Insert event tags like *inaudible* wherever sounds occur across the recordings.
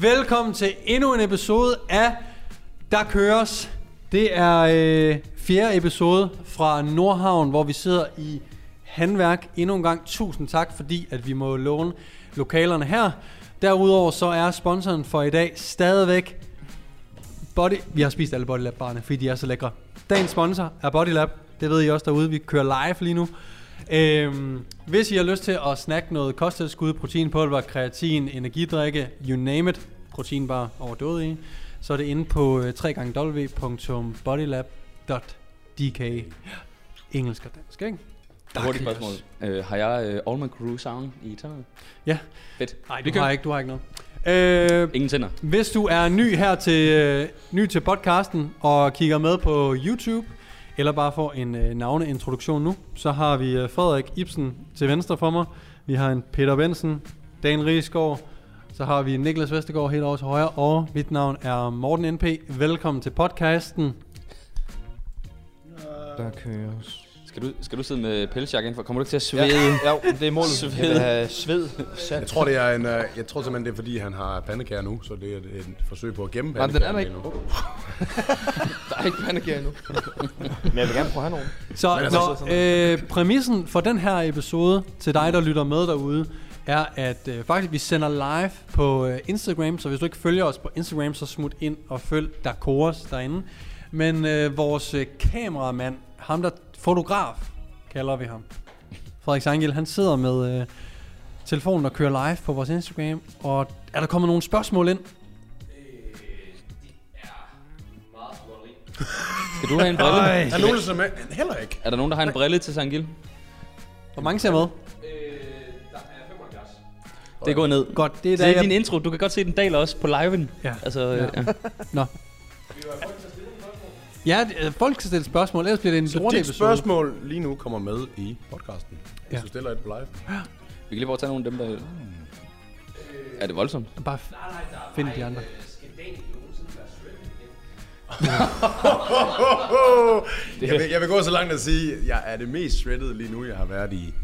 Velkommen til endnu en episode af Der Køres. Det er øh, fjerde episode fra Nordhavn, hvor vi sidder i Handværk. Endnu en gang tusind tak, fordi at vi må låne lokalerne her. Derudover så er sponsoren for i dag stadigvæk Body... Vi har spist alle Bodylab-barne, fordi de er så lækre. Dagens sponsor er Bodylab. Det ved I også derude. Vi kører live lige nu. Øhm, hvis I har lyst til at snakke noget kosttilskud, proteinpulver, kreatin, energidrikke, you name it, proteinbar overdået i, så er det inde på øh, www.bodylab.dk. Engelsk og dansk, ikke? Hurtigt spørgsmål. Øh, har jeg øh, All My Crew Sound i tænderne? Ja. Fedt. Nej, Vi du, kører. har ikke, du har ikke noget. Øh, Ingen tænder. Hvis du er ny her til øh, ny til podcasten og kigger med på YouTube eller bare får en øh, navneintroduktion nu, så har vi øh, Frederik Ibsen til venstre for mig. Vi har en Peter Bensen, Dan Riesgaard, så har vi Niklas Vestergaard helt over til højre, og mit navn er Morten NP. Velkommen til podcasten. Der køres. Skal du, skal du sidde med pelsjakke indenfor? Kommer du ikke til at Ja, svede? *laughs* ja, det er målet. Jeg vil Sved. have sved. Jeg tror, det er en, øh, jeg tror simpelthen, det er fordi, han har pandekager nu, så det er et, et forsøg på at gemme Nej, den er pandekagerne der ikke. lige nu. Der er ikke pandekager endnu. Men jeg vil gerne prøve at have nogen. Så når, øh, præmissen for den her episode til dig, der lytter med derude, er, at øh, faktisk vi sender live på øh, Instagram, så hvis du ikke følger os på Instagram, så smut ind og følg der Kores derinde. Men øh, vores øh, kameramand, ham der fotograf, kalder vi ham. Frederik Sangel, han sidder med øh, telefonen og kører live på vores Instagram. Og er der kommet nogle spørgsmål ind? Skal du have en brille? Er nogen, som er, heller ikke. Er der nogen, der har en brille til Sangil? Hvor mange ser med? Det går ned. Godt, det er Det er da... din intro. Du kan godt se den daler også på liven. Ja. Altså, ja. ja. Nå. Ja, det- øh, folk skal stille spørgsmål, ellers bliver det en Så lort dit episode. spørgsmål lige nu kommer med i podcasten. Hvis Ja. du stiller et på live. Vi kan lige prøve at tage nogle af dem, der... Er det voldsomt? Bare f- find de andre. Jeg vil, jeg vil gå så langt at sige, at jeg er det mest shredded lige nu, jeg har været i,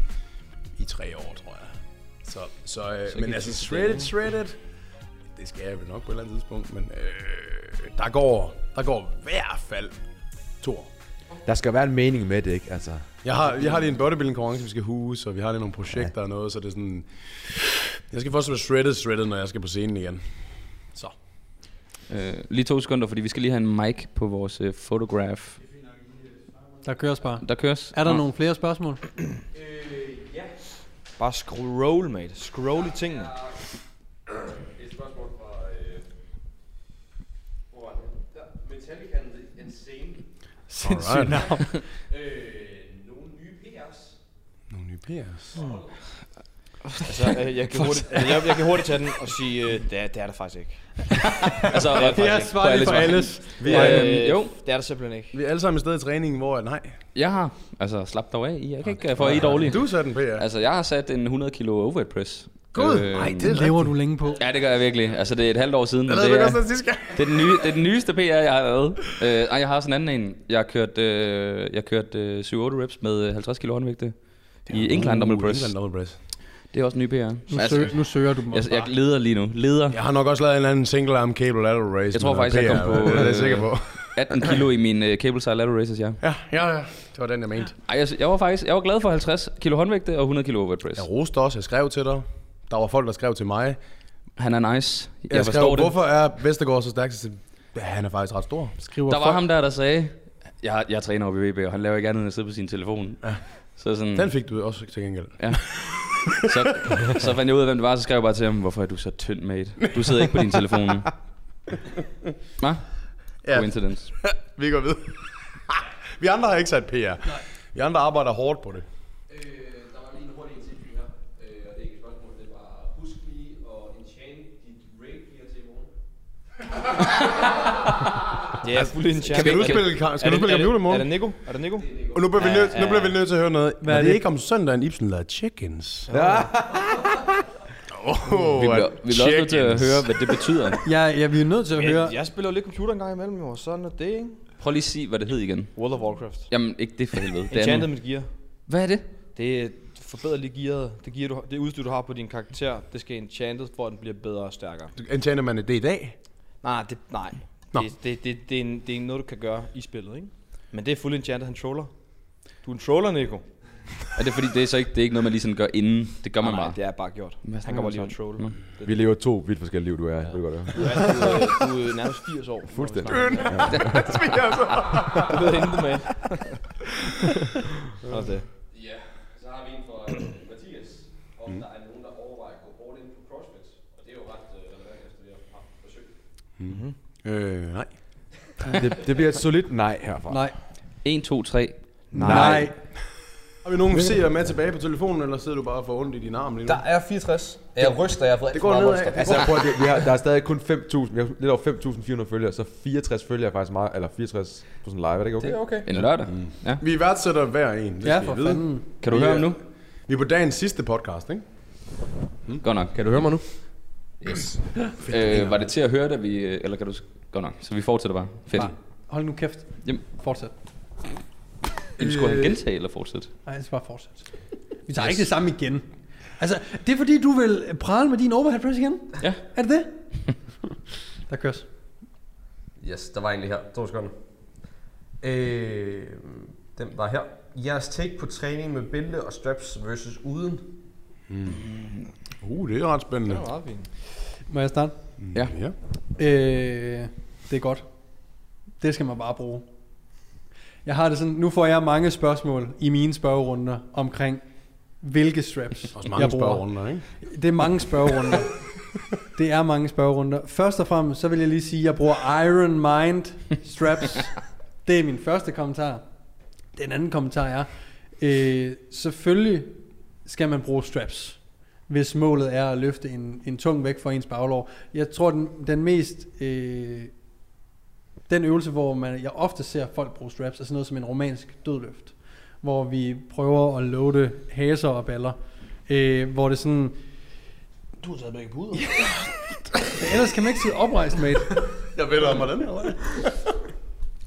i tre år, tror jeg. Så, så, øh, men altså, shredded, shredded, det skal jeg vel nok på et eller andet tidspunkt, men øh, der, går, der går i hvert fald to år. Der skal være en mening med det, ikke? Altså, Jeg har, jeg har lige en bodybuilding konkurrence, vi skal huse, og vi har lige nogle projekter og noget, så det er sådan... Jeg skal først være shredded, shredded, når jeg skal på scenen igen. Så. Øh, lige to sekunder, fordi vi skal lige have en mic på vores øh, photograph. Der køres bare. Der køres. Er der nogle flere spørgsmål? Bare scroll, mate. Scroll i tingene. Et spørgsmål fra... Øh, hvor var det? Der, Metallicaen The *laughs* Insane. Sindssygt Alright. *laughs* navn. Øh, nogle nye PR's. Nogle nye PR's. Altså, øh, jeg, kan hurtigt, altså, jeg, jeg kan hurtigt tage den og sige, øh, det, er, det er der faktisk ikke. altså, det er Det er faktisk svar lige På for alles alles. Vi ikke. er, Øh, jo. Øh, jo. Det er der simpelthen ikke. vi er alle sammen et sted i træningen, hvor... at Nej, Jeg har. Altså, slap dig af. I kan ikke øh, få i dårlige. du satte en PR. Altså, Altså, jeg har sat en 100 kilo overhead press. Gud, Øh, nej, det Det er lever du længe på. Ja, det gør jeg virkelig. Altså, det er et halvt år siden. Jeg og lavede det er- også den sidste gang. Det er den, nye, det er den nyeste PR, jeg har lavet. Øh, ej, jeg har også en anden en. Jeg har kørt, øh, jeg har kørt øh, 7-8 reps med øh, 50 kilo håndvægte i England Dumbbell Press. Uh, England Double Press. Det er også en ny PR. Nu, Altså, søger, nu søger du dem jeg, også jeg bare. leder lige nu. Leder Jeg har nok også lavet en eller anden single arm cable lateral race. Jeg tror med faktisk, jeg noget kom på, PR, *laughs* Det er jeg øh, sikker på. 18 kilo i min øh, cable side lateral races, ja. Ja, ja, ja. Det var den, jeg mente. Ej, jeg, jeg var faktisk jeg var glad for 50 kilo håndvægte og 100 kilo overhead press. Jeg roste også, jeg skrev til dig. Der var folk, der skrev til mig. Jeg, Han er nice. Jeg, jeg skrev, forstår det. hvorfor er Vestergaard så stærk? Så sagde jeg, Ja, han er faktisk ret stor. Skriver Der var fuck. ham der, der sagde, jeg, jeg træner op i VB, og han laver ikke andet end at sidde på sin telefon. Så sådan, Den fik du også til gengæld. så, så fandt jeg ud af, hvem det var, så skrev jeg bare til ham, hvorfor er du så tynd, mate? Du sidder ikke på din telefon. Hva? Ja. Coincidence. Vi går videre. *laughs* vi andre har ikke sat PR. Nej. Vi andre arbejder hårdt på det. Øh, der var lige en hurtig interview her. Øh, og det er ikke et spørgsmål, det var husk lige at enchant dit rape gear til i morgen. *laughs* Det er fuldt en chance. Skal du spille, skal du spille computer i Er det morgen? Nico? Er det Nico? Og nu bliver, vi nødt, nu bliver vi nødt til at høre noget. Hvad er det det? ikke om søndagen, Ibsen lavede chickens? Ja. Oh, Vi bliver, vi bliver også nødt til at chickens. høre, hvad det betyder. Ja, ja, vi er nødt til at høre. Jeg, jeg spiller jo lidt computer en gang imellem, og sådan er det, ikke? Prøv lige at sige, hvad det hed igen. World of Warcraft. Jamen, ikke det for helvede. Det Enchanted andet. mit gear. Hvad er det? Det er forbedre lige gearet. Det, gear, du, det udstyr, du har på din karakter, det skal enchantes, hvor den bliver bedre og stærkere. Enchanter man det i dag? Nej, nej, det, nej. Nå. Det, det, det, det, er en, det er noget, du kan gøre i spillet, ikke? Men det er fuld enchanted, han troller. Du er en troller, Nico. Er det fordi, det er så ikke, det er ikke noget, man lige sådan gør inden? Det gør man nej, bare. det er bare gjort. Hvad Han snakker kommer vi lige så og om? troller. Nå. Vi lever to vidt forskellige liv, du er. Ved du godt, det Du er, du, er- du er nærmest 80 år. Fuldstændig. Du ved intet *laughs* med. Og det. Ja, så har vi en fra øh, Mathias, om Mm. der er nogen, der overvejer at gå bort ind på CrossFit. Og det er jo ret øh, relevant efter det, jeg har forsøgt. *laughs* Øh, nej. det, det bliver et solidt nej herfra. Nej. 1, 2, 3. Nej. Har vi nogen seere med tilbage på telefonen, eller sidder du bare for ondt i din arm lige nu? Der er 64. Jeg ryster, jeg har fået det går nedad. Altså, prøv at, vi har, der er stadig kun 5.000, vi har lidt over 5.400 følgere, så 64 følgere er faktisk meget, eller 64 på sådan live, er det ikke okay? Det er okay. En lørdag. Mm. Ja. Vi værdsætter hver en, det skal Ja, I for vide. fanden. Kan du Vi høre er- ham nu? Vi er på dagens sidste podcast, ikke? Godt nok. Mm. Kan du høre mig nu? Øh, var det til at høre, da vi... øh, Eller kan du... s- Godt nok. Så vi fortsætter bare. Fedt. Nej. Hold nu kæft. Jamen. Fortsæt. Jamen, skulle Øh. han gentage eller fortsætte? Nej, jeg skal bare fortsætte. Vi tager yes. ikke det samme igen. Altså, det er fordi, du vil prale med din overhead press igen? Ja. Er det det? der køres. Yes, der var egentlig her. To sekunder. Øh, den var her. Jeres take på træning med bælte og straps versus uden. Uh, det er ret spændende. Mm, Det var meget fint. Må jeg starte? Ja. ja. Øh, det er godt. Det skal man bare bruge. Jeg har det sådan, nu får jeg mange spørgsmål i mine spørgerunder omkring, hvilke straps Også jeg mange bruger. spørgerunder, ikke? Det er mange spørgerunder. det er mange spørgerunder. Først og fremmest, så vil jeg lige sige, at jeg bruger Iron Mind straps. det er min første kommentar. Den anden kommentar er, øh, selvfølgelig skal man bruge straps, hvis målet er at løfte en, en tung vægt for ens baglov. Jeg tror, den, den mest... Øh, den øvelse, hvor man, jeg ofte ser folk bruge straps, er sådan noget som en romansk dødløft, hvor vi prøver at loade haser og baller, øh, hvor det sådan, Du har taget begge puder. men ellers kan man ikke sidde oprejst, mate. Jeg ved om, hvordan her, eller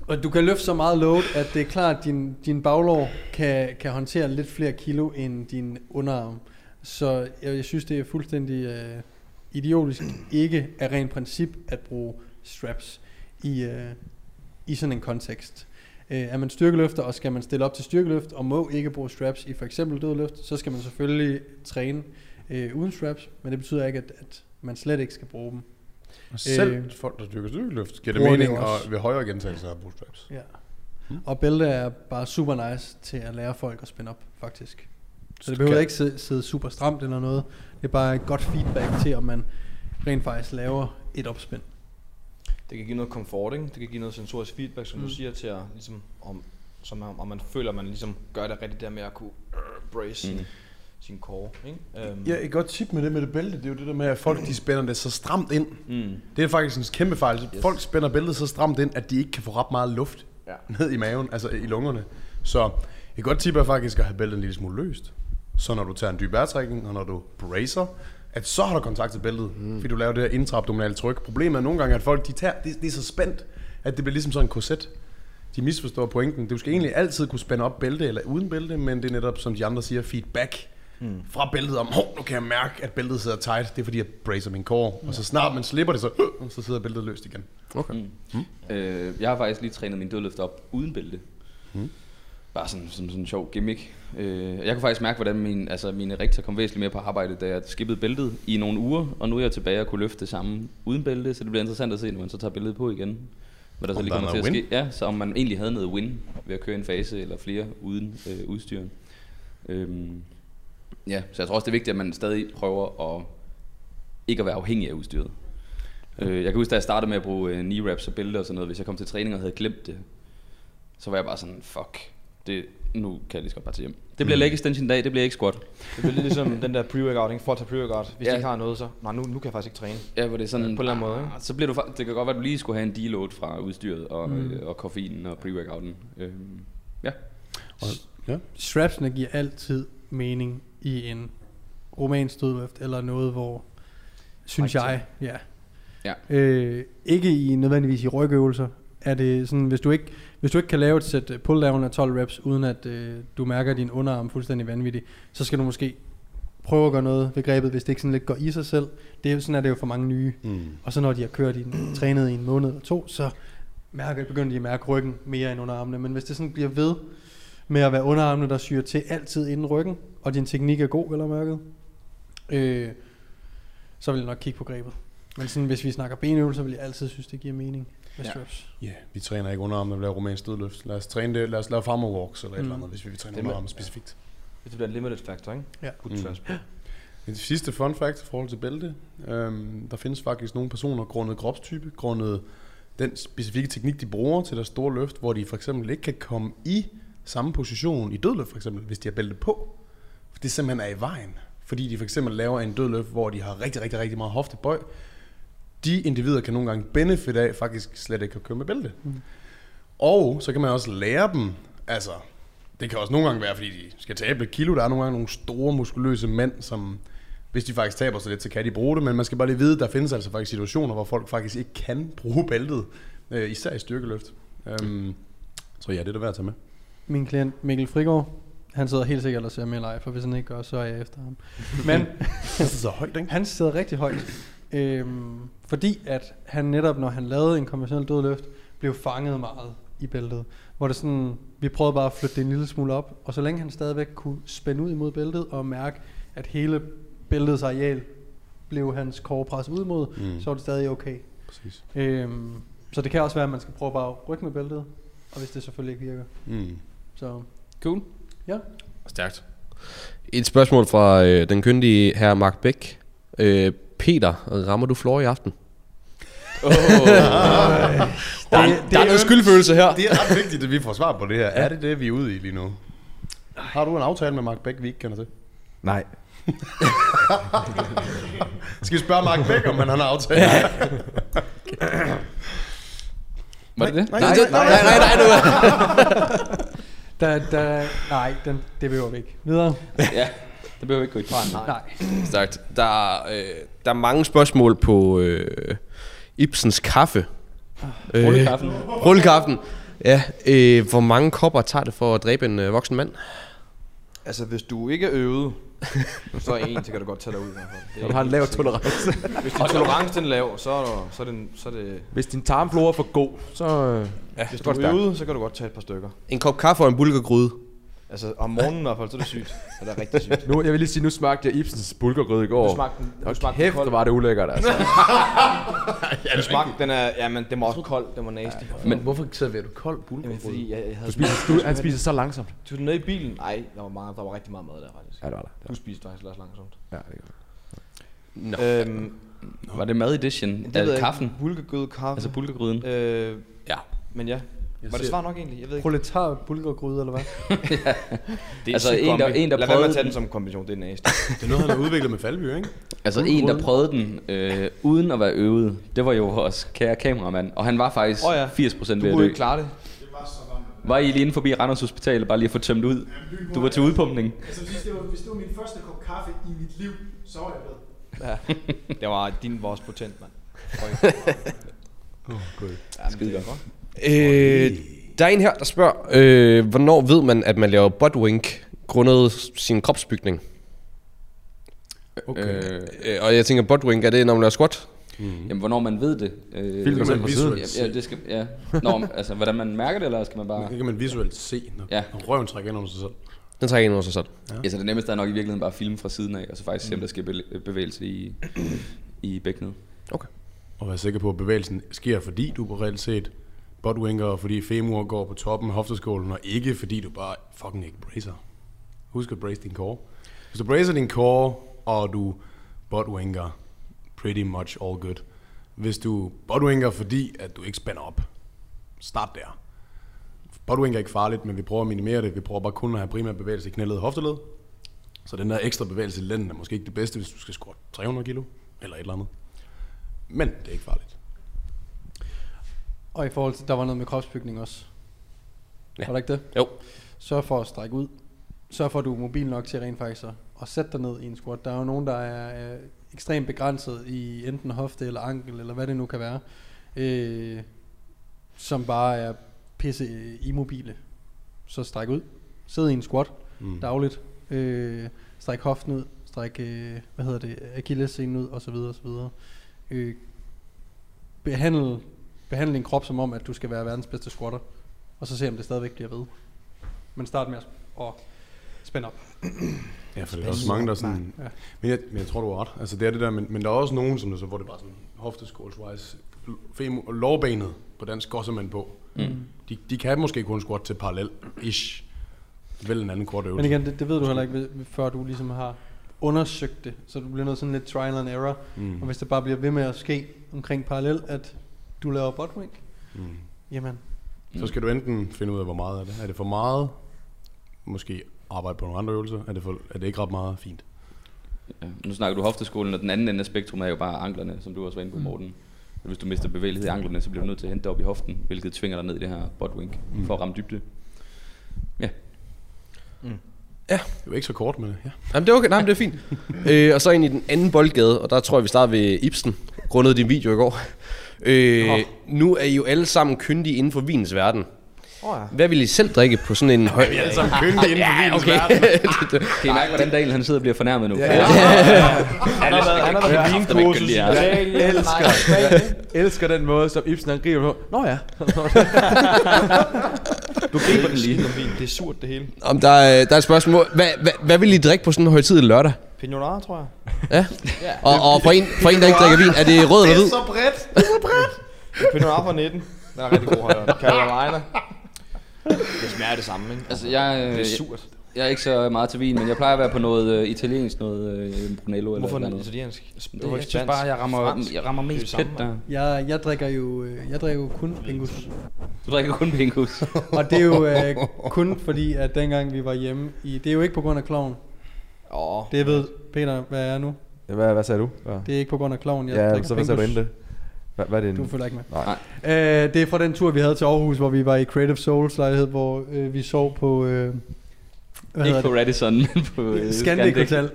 Og du kan løfte så meget load, at det er klart, at din, din baglår kan, kan håndtere lidt flere kilo end din underarm. Så jeg, jeg synes, det er fuldstændig øh, idiotisk ikke af ren princip at bruge straps i, øh, i sådan en kontekst. Øh, er man styrkeløfter, og skal man stille op til styrkeløft, og må ikke bruge straps i for eksempel dødløft, så skal man selvfølgelig træne øh, uden straps, men det betyder ikke, at, at man slet ikke skal bruge dem. Selv Øh, folk, der dyrker styrkeløft, giver det bruger det mening også. og ved højere gentagelser af bootstraps. Ja. Og bælte er bare super nice til at lære folk at spænde op, faktisk. Så det behøver kan- ikke sidde, sidde super stramt eller noget. Det er bare et godt feedback til, om man rent faktisk laver et opspænd. Det kan give noget komfort, ikke? Det kan give noget sensorisk feedback, som mm. Mm. du siger til at, ligesom, om, som om, om man føler, at man ligesom gør det rigtigt der med at kunne øh, brace mm. sin core, ikke? Øhm, Ja, et godt tip med det med det bælte, det er jo det der med, at folk de spænder det så stramt ind. Mm. Det er faktisk en kæmpe fejl. Folk spænder bæltet så stramt ind, at de ikke kan få ret meget luft Ja. ned i maven, altså i lungerne. Så et godt tip er faktisk at have bæltet en lille smule løst. Så når du tager en dyb vejrtrækning, og når du bracer, at så har du kontakt til bæltet, mm. fordi du laver det her intraabdominale tryk. Problemet er nogle gange, at folk de tager, de, de er så spændt, at det bliver ligesom sådan en korset. De misforstår pointen. Du skal egentlig altid kunne spænde op bælte eller uden bælte, men det er netop, som de andre siger, feedback mm. fra bæltet om, hov, nu kan jeg mærke, at bæltet sidder tight. Det er fordi, jeg bracer min core. Mm. Og så snart man slipper det, så, øh, så sidder bæltet løst igen. Mm. Øh, jeg har faktisk lige trænet min dødløft op uden bælte. Mm. Bare sådan, som sådan en sjov gimmick. Øh, jeg kunne faktisk mærke, hvordan min, altså mine rigter kom væsentligt mere på arbejde, da jeg skippede bæltet i nogle uger, og nu er jeg tilbage og kunne løfte det samme uden bælte, så det bliver interessant at se, når man så tager bæltet på igen. Hvad der så Om lige der er kommer til at noget ske. Ja, så om man egentlig havde noget win ved at køre en fase eller flere uden øh, udstyr. Øhm, ja, så jeg tror også, det er vigtigt, at man stadig prøver at ikke at være afhængig af udstyret. Øh, jeg kan huske, da jeg startede med at bruge øh, knee wraps og bælte og sådan noget, hvis jeg kom til træning og havde glemt det, så var jeg bare sådan, fuck, det, nu kan jeg lige så godt bare til hjem. Det bliver mm. leg extension dag, det bliver ikke squat. Det bliver lidt ligesom den der pre-workout, ikke? Folk tager pre-workout. Hvis Ja. ja. de ikke har noget, så... Nej, nu, nu kan jeg faktisk ikke træne. Ja, hvor det er sådan, Ja, på en eller anden måde, ikke? Ah, Så bliver du, fa- det kan godt være, at du lige skulle have en deload fra udstyret og, mm. og koffeinen og pre-workouten. Øhm, ja. Strapsene giver altid mening i en romansk dødløft, eller noget, hvor, synes Rigtig. jeg, ja. Ja. Øh, ikke i nødvendigvis i rygøvelser, er det sådan, hvis du ikke, hvis du ikke kan lave et sæt øh, pull-down af 12 reps, uden at øh, du mærker din underarm fuldstændig vanvittig, så skal du måske prøve at gøre noget ved grebet, hvis det ikke sådan lidt går i sig selv. Det er, jo- sådan er det jo for mange nye. Mm. Og så når de har kørt i en, *clears throat* trænet i en måned eller to, så mærker, begynder de at mærke ryggen mere end underarmene. Men hvis det sådan bliver ved med at være underarmene, der syrer til altid inden ryggen, og din teknik er god, eller mærket, øh, så vil jeg nok kigge på grebet. Men sådan, hvis vi snakker benøvelser, vil jeg altid synes, det giver mening med Ja. straps. Ja, vi træner ikke underarmen, når vi laver romansk dødløft. Lad os træne det, lad os lave farmer walks eller et Mm. eller andet, hvis vi vil træne Det må- underarmen specifikt. Det bliver en limited factor, ikke? Ja. Good Mm. transport. Et sidste fun fact i forhold til bælte. Øhm, der findes faktisk nogle personer grundet kropstype, grundet den specifikke teknik, de bruger til deres store løft, hvor de for eksempel ikke kan komme i samme position i dødløft for eksempel, hvis de har bælte på. For det simpelthen er i vejen. Fordi de for eksempel laver en dødløft, hvor de har rigtig, rigtig, rigtig meget hoftebøj. De individer kan nogle gange benefit af faktisk slet ikke at køre med bælte. Mm. Og så kan man også lære dem, altså det kan også nogle gange være, fordi de skal tabe et kilo. Der er nogle gange nogle store, muskuløse mænd, som hvis de faktisk taber sig lidt, så kan de bruge det. Men man skal bare lige vide, der findes altså faktisk situationer, hvor folk faktisk ikke kan bruge bæltet. Øh, især i styrkeløft. Øhm, så ja, det er da værd at tage med. Min klient Mikkel Frigård, han sidder helt sikkert og ser med live, for hvis han ikke gør, så er jeg efter ham. Men *laughs* så højt, ikke? Han sidder rigtig højt. Øhm, fordi at han netop, når han lavede en konventionel dødløft, blev fanget meget i bæltet. Hvor det sådan, vi prøvede bare at flytte det en lille smule op, og så længe han stadigvæk kunne spænde ud imod bæltet og mærke, at hele bæltets areal blev hans core presset ud mod, Mm. mm. så var det stadig okay. Præcis. Øhm, så det kan også være, at man skal prøve bare at rykke med bæltet, og hvis det selvfølgelig ikke virker. Mm. Så Cool. Stærkt. Et spørgsmål fra øh, den kyndige herre Mark Bæk. Øh, Peter, rammer du floor i aften? *laughs* Oh, der, det- det er ømt. skyldfølelse her. Det er ret vigtigt, at vi får svar på det her. Er det det, vi er ude i lige nu? Har du en aftale med Mark Bæk, vi ikke kender til? Nej. *laughs* Skal vi spørge Mark Bæk, om han har en aftale? Ja. Var det det? Nej, nej, nej, nej, nej, nej, nej, nej. da, da, nej, den, det behøver vi ikke. Videre. *laughs* ja, det behøver vi ikke gå i par Nej. nej. Stærkt. Der, er, øh, der er mange spørgsmål på øh, Ibsens kaffe. Øh, Rullekaffen. Rullekaffen. Ja, øh, hvor mange kopper tager det for at dræbe en øh, voksen mand? Altså, hvis du ikke er *laughs* øvet, så er en, så kan du godt tage dig ud. i hvert fald. Det er- Når du har en lav tolerance. Hvis din tolerance den er lav, så er, du, så er, den, så er det... Hvis din tarmflora er for god, så... øh, Ja, hvis det du går er stærkt. øvet, så kan du godt tage et par stykker. En kop kaffe og en bulkergryde. Altså, om morgenen i hvert fald, så er det sygt. Så er det rigtig sygt. Nu, jeg vil lige sige, nu smagte jeg Ibsens bulgergrød i går. Du smagte den, du Og smagte den kæft, kold. hvor var det ulækkert, altså. Ja, du smagte den er, ja, men den var også kold, den var nasty. Men hvorfor serverer du kold Jamen, fordi jeg, jeg havde... Du spiser, du, han spiser så langsomt. Tog den ned i bilen? Nej, der var, mange, der var rigtig meget mad der, faktisk. Ja, det var der. Du spiste faktisk også langsomt. Ja, det gør. Nå. Øhm, Var det mad edition? det Er ved det jeg kaffen? ikke. Bulkegød kaffe. Altså bulkergryden? øh, Ja. Men ja, var det svar nok egentlig? Jeg ved ikke. Proletar bulgergryde, eller hvad? Det er Altså, syg en, der- kombi. en, der Lad være med at prøvede tage den den. som kombination, det er næste. Det er noget, han har udviklet med Falby, ikke? Altså en, der prøvede den øh, uden at være øvet, det var jo vores kære kameramand. Og han var faktisk Åh oh ja. ja. 80% ved Du at kunne dø. ikke klare det. Var I lige inde forbi Randers Hospital bare lige at få tømt ud? Du var til udpumpning. Altså, hvis det, var, hvis det var min første kop kaffe i mit liv, så var jeg ved. Ja. Det var, din var også potent, mand. Prøv. Ja, men det er godt. Øh, der er en her, der spørger, øh, hvornår ved man, at man laver buttwink grundet sin kropsbygning? Okay. Øh, Øh, og jeg tænker, buttwink, er det, når man laver squat? jamen, hvornår man ved det? Øh, Filmer selv på siden. ja, ja, det skal, ja. Nå, men, altså, hvordan man mærker det, eller skal man bare... Det kan man visuelt se, når Ja. ja. røven trækker ind under sig selv. Den trækker ind under sig selv. Ja, så det nemmeste er nok i virkeligheden bare at filme fra siden af, og så faktisk se, om der sker bevæ- bevægelse i, i bækkenet. Og være sikker på, at bevægelsen sker, fordi du på reelt set botwinker, og fordi femur går på toppen af hofteskålen, og ikke fordi du bare fucking ikke bracer. Husk at brace din core. Hvis du bracer din core, og du botwinker, pretty much all good. Hvis du botwinker, fordi at du ikke spænder op, start der. Botwinker er ikke farligt, men vi prøver at minimere det. Vi prøver bare kun at have primær bevægelse i knælet og hofteled. Så den der ekstra bevægelse i lænden er måske ikke det bedste, hvis du skal squat 300 kilo eller et eller andet. Men det er ikke farligt. Og i forhold til, der var noget med kropsbygning også. Ja. Ja. Var det ikke det? Jo. Sørg for at strække ud. Sørg for, at du er mobil nok til rent faktisk at, at sætte dig ned i en squat. Der er jo nogen, der er øh, ekstremt begrænset i enten hofte eller ankel, eller hvad det nu kan være. Øh, som bare er pisse øh, immobile. Så stræk ud. Sid i en squat Mm. dagligt. Øh, stræk hoften ud, stræk, øh, hvad hedder det, akillessenen ud, osv. osv. Øh, behandle, behandle din krop som om, at du skal være verdens bedste squatter, og så se, om det stadigvæk bliver ved. Men start med at sp- at spænde op. Ja, for der er også mange, der er sådan... Ja. Men jeg, men jeg tror, du har ret. Altså, det er det der, men, men der er også nogen, som der så, hvor det bare sådan hofteskålsvejs, femur, og lårbenet på dansk går simpelthen på. Mm. De, de kan måske kun squat til parallel, ish. Vel en anden kort Men øvelse. igen, det, det ved du heller ikke, ved- før du ligesom har undersøgt det, så du bliver nødt til sådan lidt trial and error, Mm. og hvis det bare bliver ved med at ske omkring parallel, at du laver buttwink, Mm. jamen, Så skal du enten finde ud af, hvor meget er det. Er det for meget? Måske arbejde på nogle andre øvelser. Er det, for, er det ikke ret meget? Fint. Ja. Nu snakker du hofteskolen, og den anden ende af spektrum er jo bare anklerne, som du også var inde på, Mm. Morten. Mm. Hvis du mister bevægelighed i anklerne, så bliver du nødt til at hente det op i hoften, hvilket tvinger dig ned i det her buttwink Mm. mm. for at ramme dybde. Det var ikke så kort, men ja. Jamen, det er okay. Nej, men det er fint. *laughs* øh, og så ind i den anden boldgade, og der tror jeg, vi starter ved Ibsen. Grundet din video i går. Øh, oh. Nu er I jo alle sammen kyndige inden for vins verden. Åh oh, ja. Hvad vil I selv drikke på sådan en *laughs* høj... alle sammen kyndige inden *laughs* for vinens okay. verden. Kan I mærke, hvordan Daniel han sidder og bliver fornærmet nu? Ja, Han har været, han har været Kræfter, man kan lide jer. Jeg elsker, jeg elsker den måde, som Ibsen han griber på. Nå ja. *laughs* Du griber den lige. Om vin. Det er surt det hele. Om der, er, der er et spørgsmål. Hvad, hvad, hvad vil I drikke på sådan en højtidlig lørdag? Pinot Noir, tror jeg. Ja. Og, og for, en, for en, der ikke drikker vin, er det rød eller hvid? bredt. Pinot Noir fra 19. Den er rigtig god højere. Carolina. Det smager det samme, ikke? Altså, jeg, øh, det er jeg, surt. jeg er ikke så meget til vin, men jeg plejer at være på noget øh, italiensk, noget øh, Brunello eller Hvorfor et er eller den andet. italiensk? Det Det, jeg synes bare, jeg rammer, jeg rammer mest pæt der. jeg, jeg drikker jo, øh, jeg drikker jo kun Bingus. Du drikker kun pinkus. Og det er jo øh, kun fordi, at dengang vi var hjemme i... Det er jo ikke på grund af kloven. Åh, Det ved Peter, hvad jeg er nu. Ja, hvad, hvad sagde du? Ja, Det er ikke på grund af kloven, jeg ja drikker så hvad sagde du Bingus. inden det? Hvad, hvad er Du det inden? følger ikke med. Nej. Øh, det er fra den tur, vi havde til Aarhus, hvor vi var i Creative Souls lejlighed, hvor øh, vi sov på... Øh, hvad Ikke hedder på det? Radisson, men på øh, Scandic Hotel.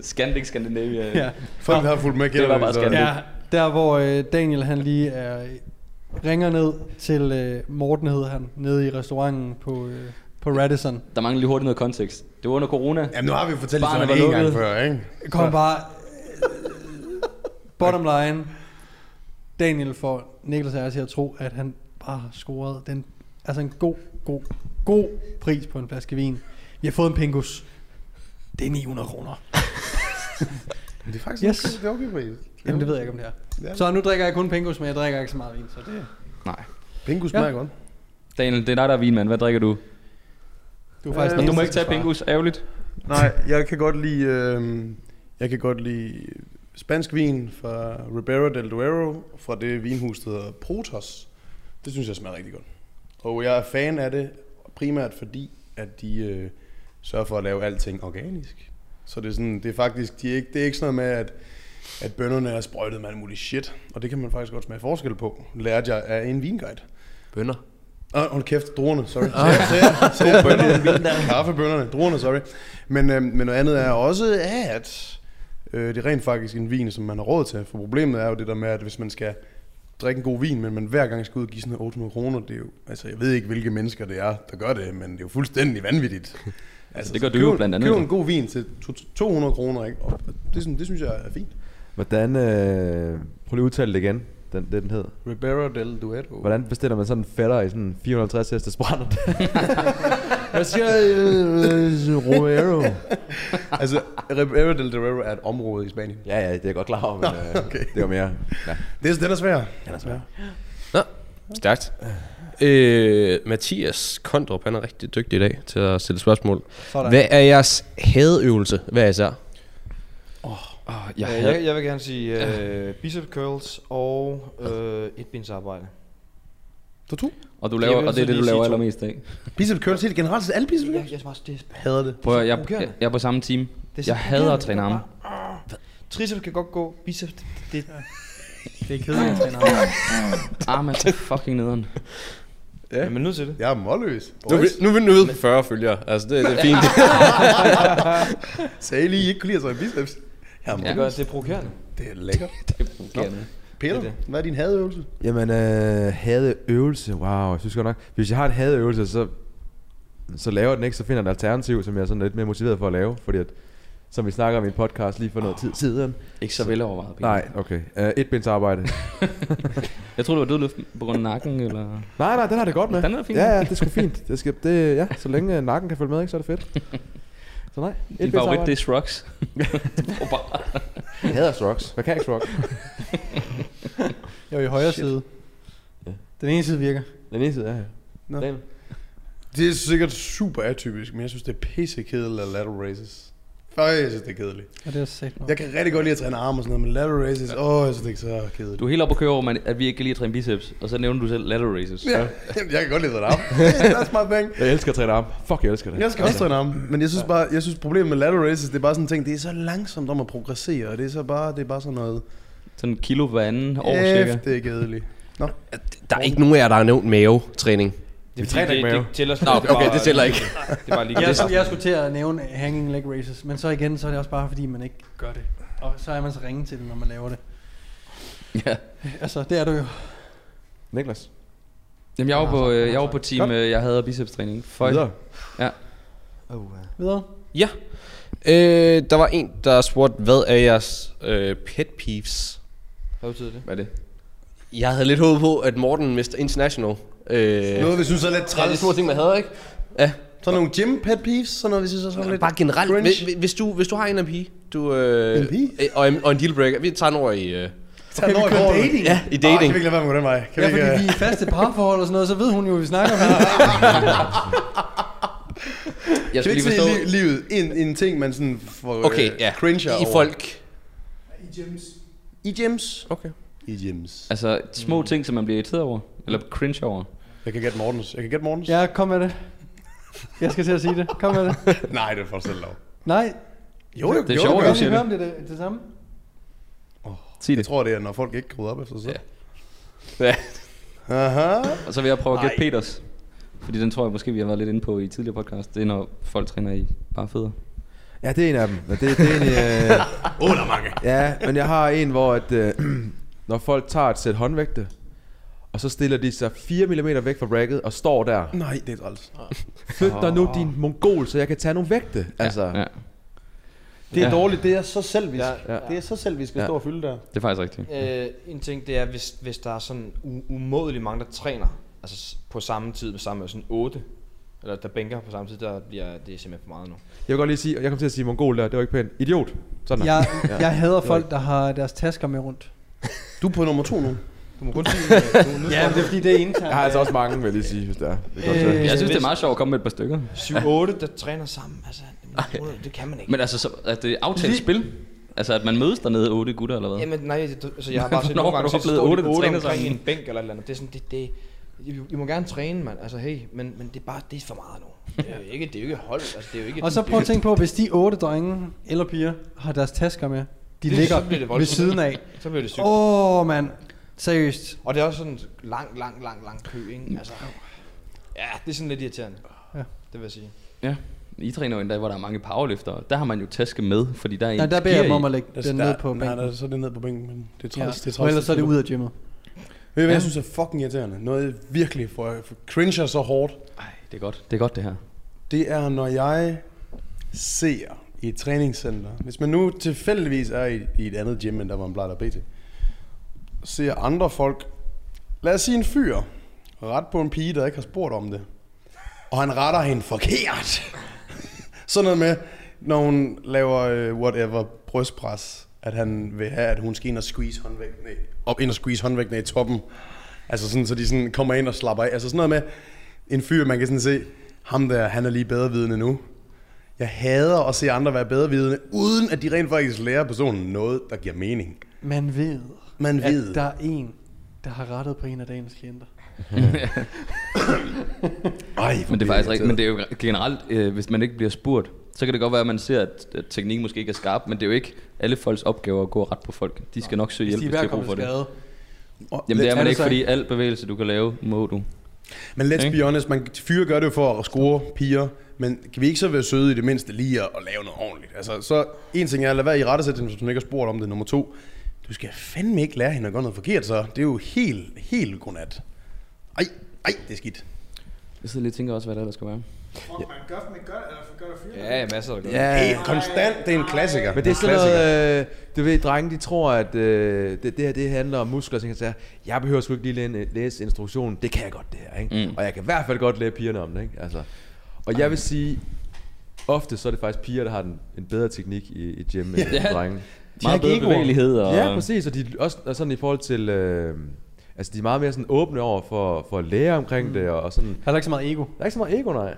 Scandic Scandinavia. Ja. Folk har fulgt med Det var bare skat. Ja, der hvor øh, Daniel han lige er, ringer ned til øh, Morten hed han, nede i restauranten på, øh, på Radisson. Der mangler lige hurtigt noget kontekst. Det var under corona. Jamen, nu har vi fortalt Barnet historien var en gang lukket. før, ikke? Kom bare... øh, bottom line. Daniel får Niklas og jeg til at tro, at han bare har scoret den, altså en god, god, god pris på en flaske vin. Vi har fået en pingus. Det er 900 kroner. Det er faktisk Yes. det er okay pris. Jamen det ved jeg ikke, om det Ja. er. Så nu drikker jeg kun pingus, men jeg drikker ikke så meget vin, så det... Pingu Ja. smager godt. Daniel, det er dig, der er vinmand. Hvad drikker du? Du er faktisk Øh, den Du må eneste, ikke tage der svarer. pinkus. Ærgerligt. Nej, jeg kan godt lide... Øh, jeg kan godt lide spansk vin fra Ribera del Duero, fra det vinhus, der hedder Protos. Det synes jeg smager rigtig godt. Og jeg er fan af det, primært fordi, at de øh, sørger for at lave alting organisk. Så det er, sådan, det er faktisk de er ikke, det er ikke sådan noget med, at, at bønderne er sprøjtet med alt muligt shit. Og det kan man faktisk godt smage forskel på, lærte jeg af en vinguide. Bønder. Åh, Ah, hold kæft, druerne, sorry. Ah. Så, *laughs* så, så, bønderne, kaffebønderne, druerne, sorry. Men, øh, men noget andet er også, at øh, det er rent faktisk en vin, som man har råd til. For problemet er jo det der med, at hvis man skal drikke en god vin, men man hver gang skal ud og give sådan 800 kroner, det er jo, altså jeg ved ikke, hvilke mennesker det er, der gør det, men det er jo fuldstændig vanvittigt. *laughs* Altså, Det gør så du jo køb- blandt andet, Køb jo. en god vin til to- to- 200 kroner, ikke? Og det, synes- det synes jeg er fint. Hvordan, øh, prøv lige at udtale det igen, den, det den hed. Ribera del Duero. Hvordan bestiller man sådan en fætter i sådan en 450 hestes *laughs* brænder? Hvad siger øh, Romero? altså, Romero del Duero er et område i Spanien. ja, ja, det er jeg godt klar over, men *laughs* *laughs* øh, okay. det var mere. Ja. Det er, den er svær. Den er svær. Stærkt. Øh, Mathias Kondrup, han er rigtig dygtig i dag til at stille spørgsmål. Sådan. Hvad er jeres hadeøvelse? Hvad er især? Oh, Jeg, jeg, jeg, havde, jeg vil gerne sige øh, bicep curls og øh, et arbejde. Du to. og, du Jeg laver, vil og det er det, lige du sige laver to. allermest af. Bicep curls helt generelt. Alle bicep curls. jeg, jeg, det, hader det. Prøv at, jeg, Provokerende. jeg, jeg er på samme team. det Jeg hader at træne arme. Tricep kan godt gå, bicep, det, det, Det er kedeligt, jeg træner. Arme er så fucking nederen. ja. man er nødt til det. Jeg er målløs. Nu, er vi- nu er vi nede på 40 følgere. Altså, det, det er fint. Sagde I lige, I ikke kunne lide at træne biceps. Ja, Ja. Det, gør, det er provokerende. det er lækkert. Det er provokerende. Det Peter, er hvad er din hadeøvelse? Jamen, øh, hadeøvelse. Wow, jeg synes godt nok. Hvis jeg har et hadeøvelse, så, så laver jeg den ikke, så finder jeg et alternativ, som jeg er sådan lidt mere motiveret for at lave. Fordi at, som vi snakker om i en podcast lige for noget tid siden. Ikke så velovervejet, Peter. Nej, okay. Uh, et binds arbejde. *laughs* Jeg tror, det var dødløften på grund af nakken, eller... nej, nej, den har det godt med. Den er da fint. Ja, ja, det er sgu fint. Det skal, det, ja, så længe øh, nakken kan følge med, ikke, så er det *laughs* fedt. Så nej, et Din binds favorit, arbejde. det er *laughs* Shrugs. Og bare- Jeg hader Shrugs. Jeg kan ikke Shrugs. Jeg er i højre Shit. side. Ja. Den ene side virker. Den ene side er her. Nå. Daniel. Det er sikkert super atypisk, men jeg synes, det er pisse kedeligt at lateral races. Før jeg synes, det er kedeligt. Og det er sagt Jeg kan rigtig godt lide at træne arme og sådan noget, men lateral races, åh, jeg synes, det er så kedeligt. Du er helt oppe at køre over, man- at vi ikke kan lide at træne biceps, og så nævner du selv lateral raises. Ja, jeg kan godt lide at træne arme. *laughs* That's my thing. Jeg elsker at træne arm. Fuck, jeg elsker det. Jeg skal også træne arme, men jeg synes bare, jeg synes problemet med lateral races, det er bare sådan en ting, det er så langsomt om at progressere, og det er så bare, det er bare sådan noget, Sådan en kilo hver anden år, F, cirka. det er kedeligt. Der er ikke nogen af jer, der har nævnt mavetræning. fordi, træner ikke det, mave. det tæller Nå, sådan okay, det tæller ikke. Det var lige Jeg, jeg skulle til at nævne hanging leg raises, men så igen, så er det også bare fordi, man ikke gør det. Og så er man så ringe til det, når man laver det. Ja. Altså, det er du jo. Niklas. Jamen, jeg var på, øh, jeg var på team, øh, jeg havde biceps-træning. Føj. Videre. Videre. Ja. Øh, der var en, der spurgte, hvad er jeres øh, pet peeves? Hvad betyder det? Hvad er det? Jeg havde lidt håbet på, at Morten Mr. International. Øh, Noget, vi synes er lidt Ja, det er træls. små ting, man hader, ikke? Ja. Sådan nogle gym pet peeves, sådan noget, vi synes er sådan lidt... Bare generelt, cringe. hvis, hvis, du, hvis du har en af en pige, du, øh, En pige? øh, Og, en, og en dealbreaker, vi tager den over i, øh, Tag den over i håret. ja, i Ah, kan dating. vi ikke lade være med den vej? Kan Ja, vi ikke... fordi vi er i øh, faste parforhold og sådan noget, så ved hun jo, hvad vi snakker om. *laughs* det. Jeg øh, Kan skal vi lige ikke se forstå... li- livet en, en ting, man sådan får øh, Okay, ja. cringer I over? folk. I gyms. I gyms. Okay. I gyms. Altså, små ting, som man bliver irriteret over. Eller cringe over. Jeg kan gætte Mortens. Jeg kan gætte Mortens. Ja, kom med det. Jeg skal til at sige det. Kom med det. *laughs* Nej, det får du selv lov. Nej, Jo, jo, Det er jo, sjovt, jo. jo. jeg siger høre, om det er det, det samme. Sig Jeg det. tror, det er, når folk ikke rydder op efter sig selv. Ja. Aha. Og så vil jeg prøve at gætte Peters. Fordi den tror jeg måske, vi har været lidt inde på i tidligere podcast. Det er, når folk træner i bare fødder. Ja, det er en af dem. Men Det, det er en, øh, *laughs* Åh, oh, der er mange. ja, men jeg har en, hvor at, øh, *clears throat* når folk tager et sæt håndvægte, og så stiller de sig 4 mm væk fra racket og står der. Nej, det er træls. Flyt dig nu din mongol, så jeg kan tage nogle vægte. Altså, Ja, Det er Ja. dårligt, det er så selvisk. Ja. Det er så selvisk, hvis Ja. står og fylde der. det er faktisk rigtigt. Øh, en ting, det er, hvis, hvis der er sådan u- umådelig mange, der træner, altså s- på samme tid, med samme sådan 8, eller der bænker på samme tid, der bliver det er simpelthen for meget nu. Jeg vil godt lige sige, jeg kom til at sige mongol der, det var ikke pænt. Idiot. Sådan der. Jeg, jeg hader folk, der har deres tasker med rundt. Du er på nummer to nu. Du må kun *laughs* sige, at du Ja, det er fordi, det er internt. Jeg har altså også mange, vil jeg lige sige, hvis det er. Det er godt, Øh, øh. Jeg synes, det er meget sjovt at komme med et par stykker. er 7-8, der træner sammen. Altså, det kan man ikke. Men altså, så, at det er aftalt Lige- spil. Altså, at man mødes dernede otte gutter, eller hvad? Jamen nej, det, altså, jeg har *laughs* bare set Hvornår nogle har du gange, så oplevet står otte, de der otte træner omkring sammen? en bænk eller et eller andet. Det er sådan, det, det I, I må gerne træne, mand. Altså, hey, men, men det er bare, det er for meget nu. Det er jo ikke, det er jo ikke hold. Altså, det er jo ikke Og så prøv at tænke på, hvis de otte drenge eller piger har deres tasker med, de Det- ligger så bliver det ved voldsomt. siden af. Så bliver det sygt. Oh. Åh, oh, mand. Seriøst. Og det er også sådan en lang, lang, lang, lang kø, Mm. ikke? Altså, ja, det er sådan lidt irriterende. Ja. Ja. Det vil jeg sige. Ja. I træner jo en dag, hvor der er mange powerlifter. Der har man jo taske med, fordi der er en Nej, der beder gear jeg dem i. om at lægge den ned på Nej, bænken. der, så er det ned på bænken, men det er Ja. træls. Det er Og træls. ellers så er det ud af gymmet. Ved I, hvad jeg synes er fucking irriterende? Noget jeg virkelig for, for cringer så hårdt. Ej, det er godt. Det er godt, det her. Det er, når jeg ser i et træningscenter, hvis man nu tilfældigvis er i, i et andet gym, end der man plejer at bede til, ser andre folk, lad os sige en fyr, ret på en pige, der ikke har spurgt om det, og han retter hende forkert. Sådan noget med, når hun laver øh, whatever brystpres, at han vil have, at hun skal ind og squeeze håndvægten af, op ind og squeeze håndvægten af i toppen. Altså sådan, så de sådan kommer ind og slapper af. Altså sådan noget med, en fyr, man kan sådan se, ham der, han er lige bedrevidende nu. Jeg hader at se andre være bedrevidende, uden at de rent faktisk lærer personen noget, der giver mening. Man ved, Man ved. at der er en, der har rettet på en af dagens klienter. Ej, Men det er faktisk rigtigt. Men det er jo generelt, øh, hvis man ikke bliver spurgt, så kan det godt være, at man ser, at, at teknikken måske ikke er skarp, men det er jo ikke alle folks opgave at gå ret på folk. De skal nok søge Hvis hjælp, de er hvis ved de har at brug komme for til det. skade. Jamen det er er man det ikke, så fordi al bevægelse, du kan lave, må du. Men let's Ikke? be honest, man, fyre gør det jo for at score piger, men kan vi ikke så være søde i det mindste lige at, at lave noget ordentligt? Altså, så en ting er, lad være i rette sætte, hvis man ikke har spurgt om det. Nummer to, Du skal fandme ikke lære hende at gøre noget forkert, så. Det er jo helt, helt godnat. Ej, ej, det er skidt. Jeg sidder lidt og tænker også, hvad der ellers skal være. Fuck, man gør det, gør det, eller gør det fyre. Ja, masser, der gør Ja. Det er konstant, det er en klassiker. Men det er En sådan klassiker. noget, øh, du ved, drenge, de tror, at øh, det, det her det handler om muskler, og sådan noget. jeg behøver sgu ikke lige læ- læse instruktionen, det kan jeg godt det her, ikke? Mm. Og jeg kan i hvert fald godt lære pigerne om det, ikke? Altså, og jeg vil sige, ofte så er det faktisk piger, der har den, en bedre teknik i, i gym end Ja. drenge. Meget bedre bevægelighed. Og, Ja, præcis, og de er også og sådan i forhold til, øh, altså de er meget mere sådan åbne over for, for at lære omkring mm. det, og, og sådan, Der er ikke så meget ego. der er ikke så meget ego, nej.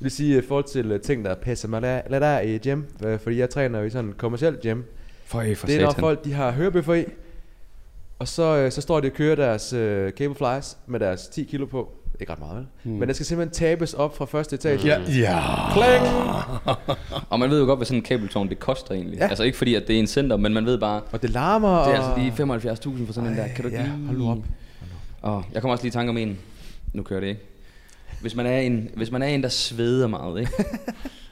Jeg vil sige, i forhold til øh, ting, der pisser mig der, lad der i gym, øh, fordi jeg træner jo i sådan en kommersiel gym. For, for det er, når folk de har hørebøffer i, og så, øh, så står de og kører deres øh, cable flies med deres 10 kilo på. Ikke ret meget, vel? Hmm. Mm. Men der skal simpelthen tabes op fra første etage. Ja, ja. Og man ved jo godt, hvad sådan en kabeltårn, det koster egentlig. Ja. Ja. Altså ikke fordi, at det er en center, men man ved bare, Og det larmer, det er og... altså lige 75.000 for sådan en der. Kan du ikke ja, lige... hold nu op. Og jeg kommer også lige i tanke om en. Nu kører det ikke. Hvis man er en, hvis man er en der sveder meget, *laughs* ikke?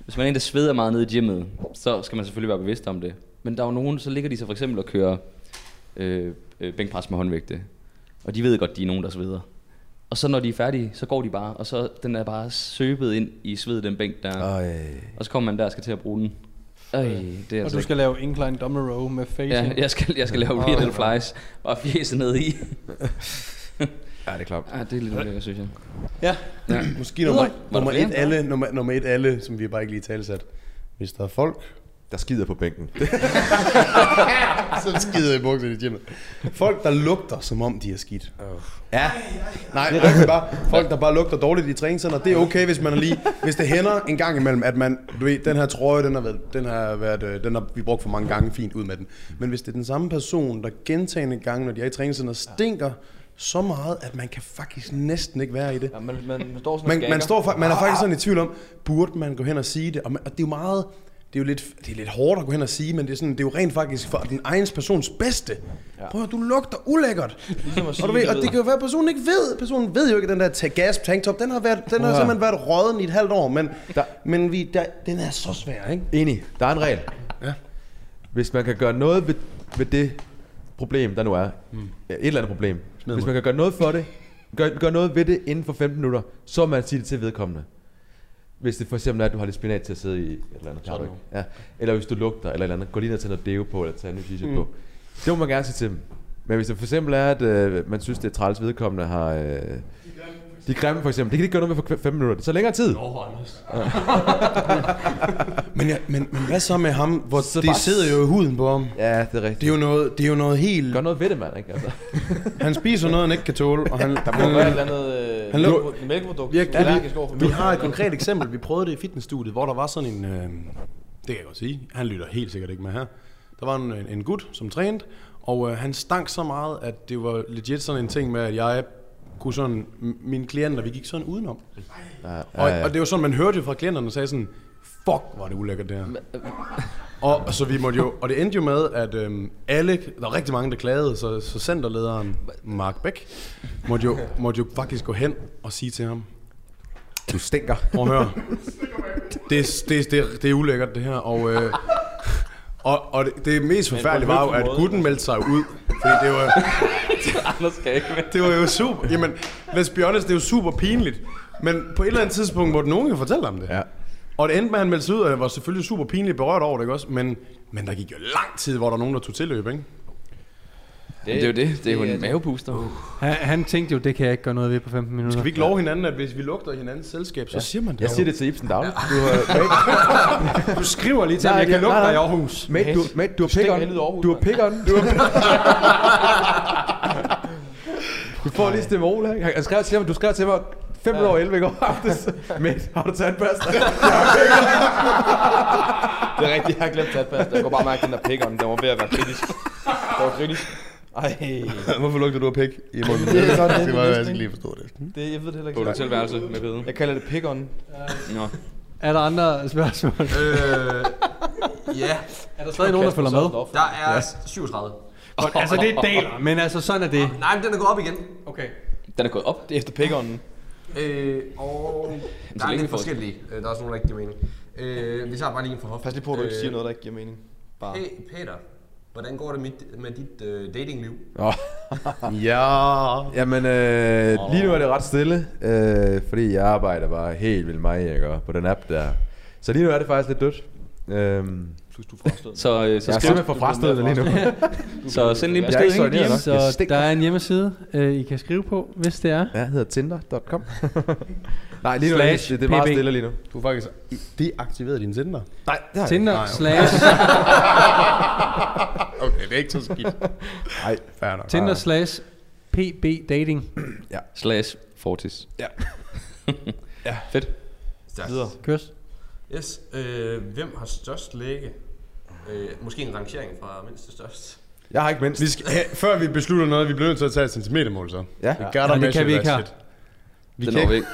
Hvis man er en, der sveder meget nede i gymmet, så skal man selvfølgelig være bevidst om det. Men der er jo nogen, så ligger de så for eksempel og kører øh, øh, bænkpres med håndvægte. Og de ved godt, de er nogen, der sveder. Og så når de er færdige, så går de bare, og så den er bare søbet ind i sved, den bænk der. Øj. Og så kommer man der og skal til at bruge den. Øj, det Og er du altså ikke- skal lave incline dumbbell row med Ja, facing. jeg skal, jeg skal lave real little flies. Bare fjæse ned i. Ja, det er klart. Ah, det er lidt ulækkert, synes jeg. ja. Måske nummer, Videre. Var nummer, der et flere? alle, nummer, nummer et alle, som vi bare ikke lige talsat. Hvis der er folk, Der skider på bænken. *laughs* så skider i bukserne i gymmet. Folk, der lugter, som om de er skidt. ja. Nej, det er rigtig bare folk, der bare lugter dårligt i træningscenter. Det er okay, hvis man er lige... Hvis det hænder en gang imellem, at man... Du ved, den her trøje, den har, været, den har, været, øh, den har vi brugt for mange gange fint ud med den. Men hvis det er den samme person, der gentagende gange, når de er i træningscenter, stinker så meget, at man kan faktisk næsten ikke være i det. Ja, man, man, man står sådan Man, man, står, fa- man er faktisk sådan i tvivl om, burde man gå hen og sige det? Og, man, og det er jo meget... Det er jo lidt, det er lidt hårdt at gå hen og sige, men det er, sådan, det er jo rent faktisk for din egen persons bedste. Ja. Prøv at du lugter ulækkert. Ligesom at sige, og, du ved, du og ved. det kan jo være, at personen ikke ved. Personen ved jo ikke, at den der ta- gas tanktop, den har, været, den har Ja. simpelthen været råden i et halvt år. Men, Der- der. men vi, der, den er så svær, ikke? Enig. Der er en regel. Ja. Hvis man kan gøre noget ved, ved det problem, der nu er, mm. et eller andet problem, Smid hvis man kan gøre noget for det, gør, gør noget ved det inden for 15 minutter, så må man sige det til vedkommende. Hvis det for eksempel er, at du har lidt spinat til at sidde i et eller andet, har du ikke? Ja. Eller hvis du lugter eller et eller andet, gå lige ned og tage noget deo på, eller tage en ny t-shirt mm. på. Det må man gerne sige til dem. Men hvis det for eksempel er, at øh, man synes, det er træls vedkommende har... Øh, de er grimme for eksempel. Det kan de ikke gøre noget med for 15 minutter. Det tager længere tid. Men, jeg, men, men hvad så med ham, hvor Så så det bare- sidder jo i huden på ham? Ja, det er rigtigt. Det er jo noget, det er jo noget helt... Gør noget ved det, mand. Ikke? Altså. Han spiser noget, han ikke kan tåle, og han, *laughs* der Han lugter et eller andet øh, Han mælkeprodukt. lugter- mælkeprodukt. Virkelig. du er allergisk over for vi, vi mælk. har et konkret eksempel. Vi prøvede det i fitnessstudiet, hvor der var sådan en... Øh, det kan jeg godt sige. Han lytter helt sikkert ikke med her. Der var en, en, en gut, som trænede, og øh, han stank så meget, at det var legit sådan en ting med, at jeg kunne sådan... m- Mine klienter, vi gik sådan udenom. Ja, Og, og det var sådan, man hørte jo fra klienterne, der sagde sådan, fuck, hvor er det ulækkert det her. øh, Og, så vi måtte jo, og det endte jo med, at øhm, alle, der var rigtig mange, der klagede, så, så centerlederen Mark Bæk måtte jo, måtte jo faktisk gå hen og sige til ham, Du stinker. prøv at høre, det, det, det, det er ulækkert det her, og, øh, og, og det, det mest forfærdelige var jo, at gutten meldte sig ud, fordi det var, Anders skal ikke med. det var jo super, jamen, let's be honest, det er jo super pinligt, men på et eller andet tidspunkt måtte nogen jo fortælle ham det. Ja. Og det endte med, at han meldte sig ud, og jeg var selvfølgelig super pinligt berørt over det, ikke også? Men, men der gik jo lang tid, hvor der var nogen, der tog tilløb, ikke? Det, det er jo det. Det er jo en mavepuster. Uh. Han, han tænkte jo, det kan jeg ikke gøre noget ved på 15 minutter. Skal vi ikke love hinanden, at hvis vi lugter i hinandens selskab, så ja. siger man det Jeg jo. siger det til Ibsen dagligt. Du, har, Du skriver lige til Nej, ham, jeg kan nej, lugte nej. dig i Aarhus. mate, *laughs* du, mate, du har pick on. helvede Aarhus, Du har pick on. Du, du får lige stemme Ole. ikke? Han skrev til mig, du skrev til mig 5 minutter over 11 i går aftes. Mate, har du tandpasta? Det er rigtigt, jeg har glemt tatpasta. Jeg kunne bare mærke, at den der pik om, den var ved at være kritisk. Det var kritisk. Ej, Hvorfor lugter du af pik i munden? det er godt, det var, jeg skal lige forstå det. det, jeg ved det heller På ikke. det tilværelse med pæden. Jeg kalder det pik on. Nå. Er der andre spørgsmål? *laughs* Øh, ja, Er der stadig nogen, der følger med? der er 37. Godt, altså, det daler, men altså, sådan er det. Nej, men den er gået op igen. Okay. Den er gået op. Det er efter pik on. Øh, og der er længe vi lidt får- forskellige. Øh, Der er også nogle, der ikke giver mening. Øh, vi tager bare lige en for hoften. Pas lige på, at du ikke siger noget, der ikke giver mening. Bare. Hey, Peter. Hvordan går det med, med dit øh, datingliv? Oh. Ja. Jamen, øh, lige nu er det ret stille, øh, fordi jeg arbejder bare helt vildt meget jeg gør, på den app der. Så lige nu er det faktisk lidt dødt. Øhm, Plus du forstod. Så, øh, så, jeg er skriv, simpelthen for frastødende lige nu. så send lige en Jeg er ikke besked. sådan her Ja, nok. Så Jeg stinker. der er en hjemmeside, øh, I kan skrive på, hvis det er. Ja, *laughs* jeg hedder tinder.com. Nej, lige nu er det, Slash det, det er meget pb. stille lige nu. Du har faktisk deaktiveret din Tinder. Nej, det har jeg ikke. Tinder *laughs* slash, Okay, det er ikke så skidt. Nej, Fair nok. Tinder slash pb dating. Slash Fortis. Ja. ja. Fedt. Stærkt. Kys. Yes. Øh, hvem har størst læge? Øh, måske en rangering fra mindst til størst. jeg har ikke mindst. Vi skal, ja, før vi beslutter noget, vi bliver nødt til at tage et centimetermål så. Ja. Vi Ja, gotta det measure kan vi ikke that her. shit. Vi den når vi ikke.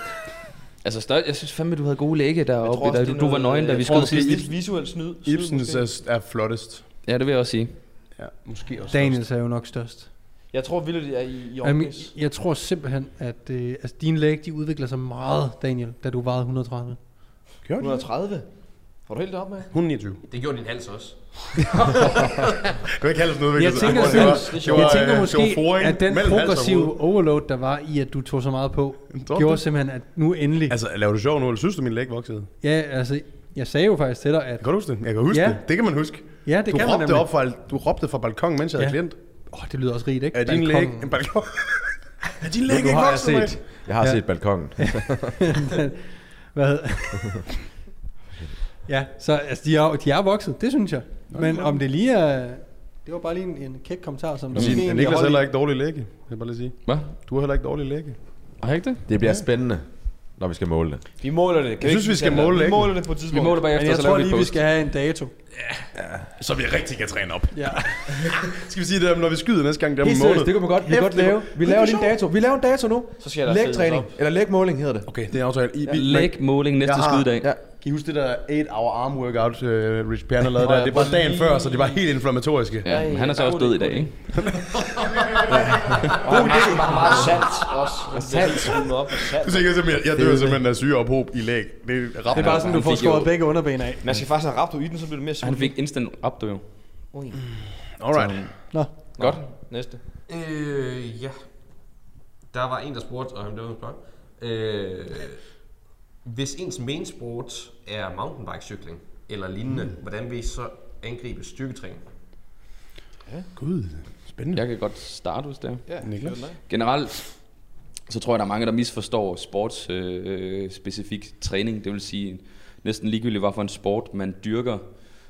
Altså, større, jeg synes fandme, du havde gode lægge deroppe. tror også, der, det er du, du var noget- nøgen, da jeg vi tror skød måske, sidst. Ibs- Visuelt snyd. snyd Ibsens måske. er, er flottest. Ja, det vil jeg også sige. Ja, måske også. Daniels er jo nok størst. Jeg tror vildt, det er i, i Jamen, Omnis. jeg tror simpelthen, at øh, altså, dine læg, de udvikler sig meget, Daniel, da du vejede 130. Gjorde de? 130. Får du helt op med? 129. Det gjorde din hals også. Kan du ikke kalde sådan noget? Jeg virkelig? tænker, Det var- synes, det var, jeg tænker øh, det måske, var foring at den mellem hals og hoved. progressive overload, der var i, at du tog så meget på, Tror du gjorde det? simpelthen, at nu endelig... Altså, laver du sjov nu, eller synes du, min læg voksede? Ja, altså, jeg sagde jo faktisk til dig, at... Kan du huske det? Jeg kan huske Ja. det. Det kan man huske. Ja, det du kan man råbte nemlig. op fra, du råbte fra balkongen, mens jeg havde Ja. klient. Åh, oh, det lyder også rigt, ikke? Er din læg... Balkonen. En balkon... er din Nu, læg nu ikke har jeg vokset, set, jeg har Ja. set balkongen. Hvad? hed- *laughs* ja, så altså, de, er, jo- de er vokset, det synes jeg. Men om det lige er... Det var bare lige en, en kæk kommentar, som der mand? måske Ja, egentlig Niklas er holdt i. heller ikke dårlig læg. Jeg vil bare lige sige. Hvad? Du har heller ikke dårlig læg. Har jeg ikke det? Det bliver spændende, når vi skal måle det. Vi måler det. Kan Jeg synes, vi skal tage det? måle Vi lægen. måler det på et Vi tidspunkt. måler bagefter, Men jeg så laver tror vi et lige, vi post. skal have en dato. Så vi rigtig kan træne op. Ja. Skal vi sige det, når vi skyder næste gang, det er om Helt en seriøst, måned? det kunne man godt, vi kan godt lave. Vi laver lige en dato. Vi laver en dato nu. Så skal der altså- Lægtræning, sættes eller lægmåling hedder det. Okay, det er aftalt. I, vi- Lægmåling næste Jeg har- skydedag. Ja. Kan I huske det der 8-hour arm workout, øh, Rich Piana lavede der? Det var dagen før, så det var helt inflammatoriske. Ja, men han er så også død i dag, ikke? op. Og det var meget salt også. Salt. Op med salt. Du tænker simpelthen, jeg dør simpelthen af syreophop i læg. Det er ret Det er bare sådan, du han får fik skåret jo- begge underben af. Man skal faktisk have rapt ud i den, så bliver det mere Han sult. fik instant opdøv. Alright. Nå. Godt. Næste. Øh, ja. Der var en, der spurgte, og han blev spørge. Øh, hvis ens main sport er mountainbikecykling eller lignende, mm. hvordan vil I så angribe styrketræning? Gud, spændende. Jeg kan godt starte, hvis det er. Ja, Niklas? det var dig. Generelt, så tror jeg, der er mange, der misforstår sportsspecifik øh, specifik træning. Det vil sige, næsten ligegyldigt, hvad for en sport man dyrker,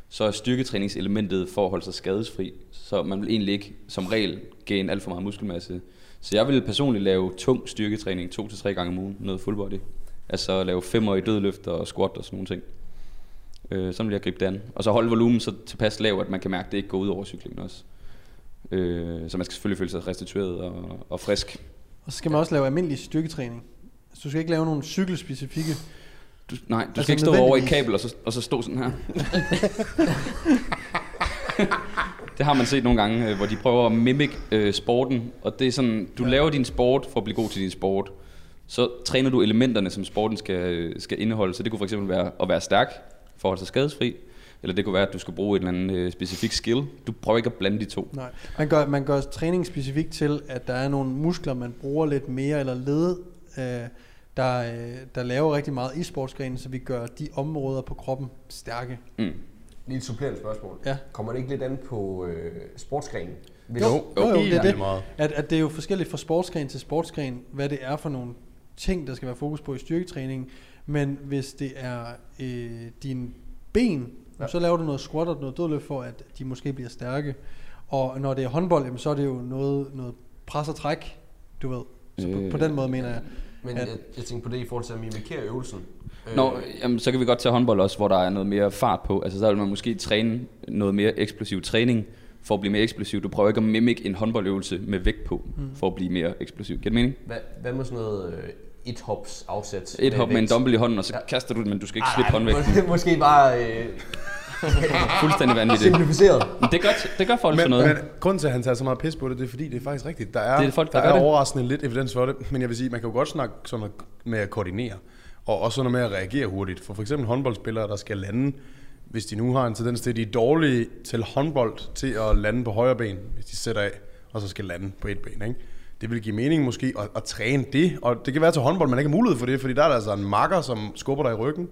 så er styrketræningselementet for at holde sig skadesfri. Så man vil egentlig ikke som regel gain alt for meget muskelmasse. Så jeg vil personligt lave tung styrketræning 2-3 gange om ugen, noget full body. Altså lave femmer i dødløft og squat og sådan nogle ting. Øh, sådan vil jeg gribe det an. Og så holde volumen så tilpas lav, at man kan mærke, at det ikke går ud over cyklingen også. Øh, så man skal selvfølgelig føle sig restitueret og, og frisk. Og så skal man også lave almindelig styrketræning. Altså, du skal ikke lave nogle cykelspecifikke. Du, nej, du altså Altså, skal ikke stå over i et nødvendigvis. kabel og så, og så stå sådan her. *laughs* det har man set nogle gange, øh, hvor de prøver at mimikke øh, sporten. Og det er sådan, du ja. laver din sport for at blive god til din sport. Så træner du elementerne, som sporten skal, øh, skal indeholde. Så det kunne for eksempel være at være stærk for at holde sig skadesfri. Eller det kunne være, at du skal bruge en eller anden øh, specifik skill. Du prøver ikke at blande de to. Nej. Man gør, man gør træning specifikt til, at der er nogle muskler, man bruger lidt mere, eller led, øh, der, øh, der laver rigtig meget i sportsgrenen, så vi gør de områder på kroppen stærke. Mm. Lige et supplerende spørgsmål. Ja. Kommer det ikke lidt an på øh, sportsgrenen? Hvis, jo, jo, det er det. Meget. At, at det er jo forskelligt fra sportsgren til sportsgren, hvad det er for nogle ting, der skal være fokus på i styrketræningen. Men hvis det er øh, dine ben, ja. så laver du noget squat og noget dødløft for, at de måske bliver stærke. Og når det er håndbold, jamen, så er det jo noget, noget pres og træk, du ved. Så på, på den måde mener Øh, jeg. men Ja. jeg, jeg tænker på det i forhold til at mimikere øvelsen. Øh, Nå, jamen, så kan vi godt tage håndbold også, hvor der er noget mere fart på. Altså, så vil man måske træne noget mere eksplosiv træning for at blive mere eksplosiv. Du prøver ikke at mimikke en håndboldøvelse med vægt på, for at blive mere eksplosiv. Giver det mening? Hvad, hvad med sådan noget øh, et hops afsæt? Et hop med en vægt? dumbbell i hånden, og så Ja. kaster du den, men du skal ikke Ej, slippe nej, håndvægten. må- Måske bare øh, Fuldstændig *laughs* vanvittigt. simplificeret. Men det gør, det gør folk sådan Men, noget. men grunden til, at han tager så meget pis på det, det er fordi, det er faktisk rigtigt. Der er, Det er folk, der der gør er det. overraskende lidt evidens for det, men jeg vil sige, man kan jo godt snakke sådan noget med at koordinere, og også sådan noget med at reagere hurtigt. For for eksempel håndboldspillere, der skal lande hvis de nu har en tendens til, at de er dårlige til håndbold, til at lande på højre ben, hvis de sætter af, og så skal lande på et ben, ikke? Det vil give mening måske at, at træne det, og det kan være til håndbold, man ikke har mulighed for det, fordi der er der altså en makker, som skubber dig i ryggen.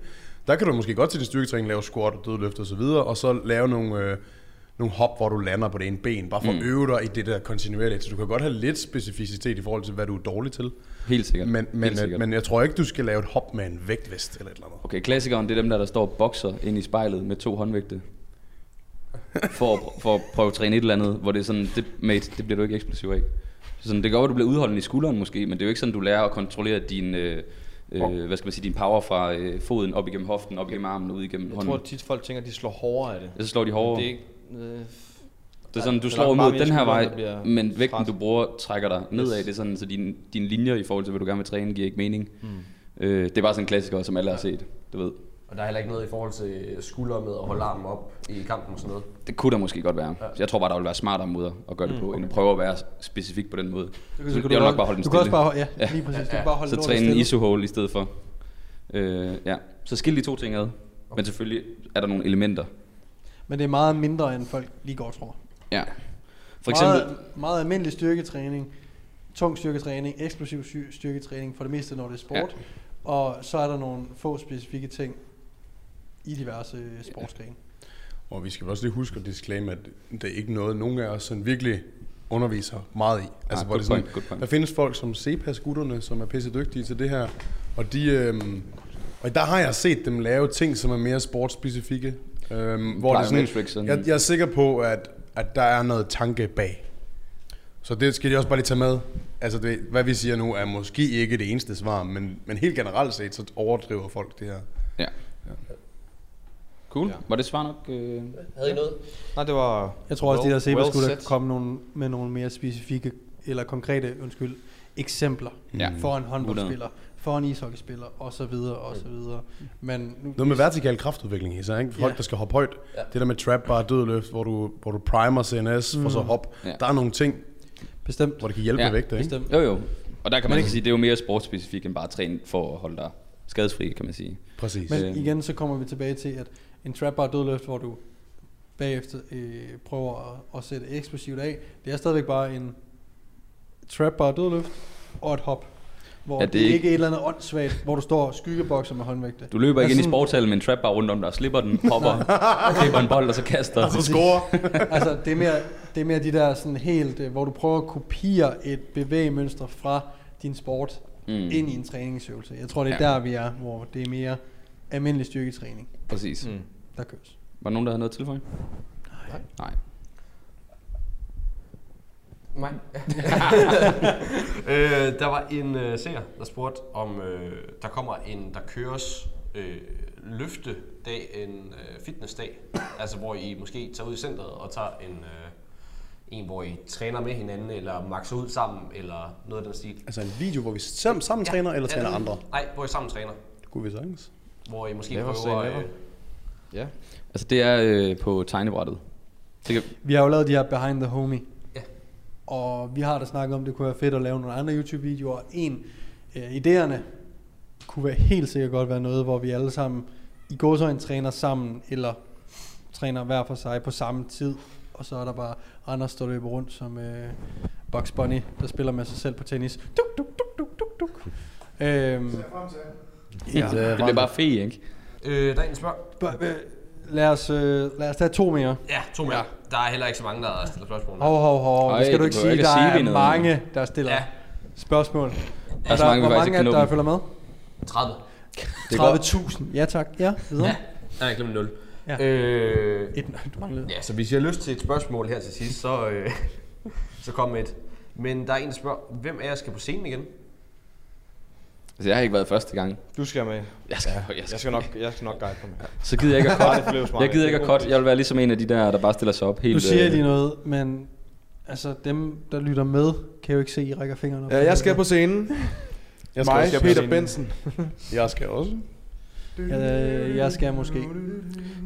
Der kan du måske godt til din styrketræning lave squat og dødløft og så videre, og så lave nogle, øh, nogle hop, hvor du lander på det ene ben, bare for Mm. at øve dig i det der kontinuerligt. Så du kan godt have lidt specificitet i forhold til, hvad du er dårlig til. Helt sikkert. Men, men, Helt øh, sikkert. men jeg tror ikke, du skal lave et hop med en vægtvest eller et eller andet. Okay, klassikeren, det er dem der, der står og bokser ind i spejlet med to håndvægte. For at, pr- for at prøve at træne et eller andet, hvor det er sådan, det, mate, det bliver du ikke eksplosiv af. Så Sådan, det kan godt være, du bliver udholden i skulderen måske, men det er jo ikke sådan, du lærer at kontrollere din, øh, øh, hvad skal man sige, din power fra øh, foden op igennem hoften, op igennem armen, og ud igennem Jeg hånden. tror tit, folk tænker, at de slår hårdere af det. Ja, så slår de hårdere. Det er ikke... Øh, Det er sådan, der du er slår nok imod meget mere den her skulderen, vej, der bliver men vægten træt. du bruger trækker dig nedad. Det er sådan, så dine din linjer i forhold til, hvad du gerne vil træne, giver ikke mening. Øh, det er bare sådan en klassiker, som alle har set, du ved. Og der er heller ikke noget i forhold til skulder med at holde armen op i kampen og sådan noget. Det kunne der måske godt være. Så jeg tror bare, der vil være smartere måder at gøre det Mm, på, end at prøve at være specifik på den måde. kan- Så så kan jeg du vil også- nok bare holde den du kan også stille. bare holde- ja, lige præcis. Du kan bare holde så lortet træne en stille. isohole i stedet for. Øh, ja. Så skil de to ting ad. Men selvfølgelig er der nogle elementer. Men det er meget mindre, end folk lige går og tror. Ja. For eksempel, Meget, meget almindelig styrketræning, tung styrketræning, eksplosiv sy- styrketræning, for det meste når det er sport. Ja. Og så er der nogle få specifikke ting i diverse øh, sportsgrene. Og vi skal også lige huske at disclaim, at det er ikke noget, nogen af os sådan virkelig underviser meget i. Altså, Ah, hvor good det er sådan, point, good point. der findes folk som CPAS-gutterne, som er pisse dygtige til det her, og de... Øhm, og der har jeg set dem lave ting, som er mere sportsspecifikke. Øhm, hvor det er Plyometrics sådan, sådan- jeg, jeg er sikker på, at, at der er noget tanke bag. Så det skal de også bare lige tage med. Altså, det, hvad vi siger nu, er måske ikke det eneste svar, men, men helt generelt set, så overdriver folk det her. ja. Cool. Var det svar nok? Øh, Havde I noget? nej, det var... Jeg tror også, well, det well- der Seba well well skulle said. komme nogle, med nogle mere specifikke eller konkrete undskyld, eksempler Ja. ja. for en håndboldspiller, for en ishockeyspiller osv. osv. Men nu, Noget med vertikal kraftudvikling i sig, ikke? Folk, Ja. der skal hoppe højt. Ja. Det der med trap bar, dødløft, hvor du, hvor du primer CNS, mm. og så hop. Ja. Ja. Der er nogle ting, bestemt, hvor det kan hjælpe Ja, ja. med vægte, ikke? bestemt. Jo jo. Og der kan man ikke sige, det er jo mere sportsspecifikt end bare at træne for at holde dig skadesfri, kan man sige. Præcis. Men, Men igen, så kommer vi tilbage til, at en trap bar dødløft, hvor du bagefter øh, prøver at, at sætte eksplosivt af, det er stadigvæk bare en trap bar dødløft og et hop. Hvor Ja, ja, det det, er ikke... ikke- er et eller andet åndssvagt, hvor du står og skyggebokser med håndvægte. Du *laughs* løber ikke Altså ind i sådan- sportshallen med en trapbar rundt om dig, og slipper den, *laughs* hopper, klipper en bold, og så kaster. så *laughs* score. altså, det er mere, det er mere de der sådan helt, øh, hvor du prøver at kopiere et bevægemønster fra din sport mm. Mm. ind i en træningsøvelse. Jeg tror, det er Ja. ja. der, vi er, hvor det er mere almindelig styrketræning, Præcis. Mm. der køres. Var der nogen, der havde noget at tilføje? Nej. Nej. Nej. *laughs* øh, der var en øh, seer, der spurgte, om øh, der kommer en, der køres øh, løftedag, en øh, fitnessdag. altså hvor I måske tager ud i centret og tager en, øh, en, hvor I træner med hinanden, eller makser ud sammen, eller noget af den stil. altså en video, hvor vi sammen, sammen ja. træner, eller træner andre. Nej, hvor I sammen træner. Det kunne vi sagtens. Hvor I måske Never say prøver... never. Øh, Ja. Altså, det er øh, på tegnebrættet. Det kan, Vi har jo lavet de her Behind the Homie, ja. og vi har da snakket om, det kunne være fedt at lave nogle andre YouTube-videoer. Og En af øh, idéerne kunne være helt sikkert godt være noget, hvor vi alle sammen i gåsøjne træner sammen, eller træner hver for sig på samme tid. Og så er der bare Anders, der løber rundt som øh, Bugs Bunny, der spiller med sig selv på tennis. Duk, duk, duk, duk, duk, duk. Øhm, Jeg er frem til. ja, det bliver bare fe, ikke? Øh, der er en, der spørger. b- b- lad, os, øh, lad os tage to mere. Ja, to mere. Der er heller ikke så mange, der stiller spørgsmål. Hov, hov, hov. Ej, Det skal du du ikke sige, behøver ikke der at sige, vi er er nede. mange, der stiller Ja. spørgsmål. er Er så der, mange, vi hvor faktisk ikke mange er kan det, nå der dem. følger med? 30. 30.000. Ja tak. Ja, videre. Ja, der er jeg glemt 0. Ja. Øh, Et, nej, du manglede. Ja, så hvis jeg har lyst til et spørgsmål her til sidst, så, øh, så kom med et. Men der er en, der spørger, hvem af jer skal på scenen igen? Altså, jeg har ikke været første gang. Du skal med. Jeg skal, ja, jeg Jeg skal. skal nok, jeg skal nok guide på mig. Så gider jeg ikke at *laughs* cut. Det blev smart. Jeg gider ikke at cut. Jeg vil være ligesom en af de der, der bare stiller sig op helt... Nu siger jeg øh, lige noget, men altså dem, der lytter med, kan jo ikke se, at I rækker fingrene op. Ja, jeg skal på scenen. Jeg Mig, også- Peter Benson. Jeg skal også. Øh, jeg skal måske.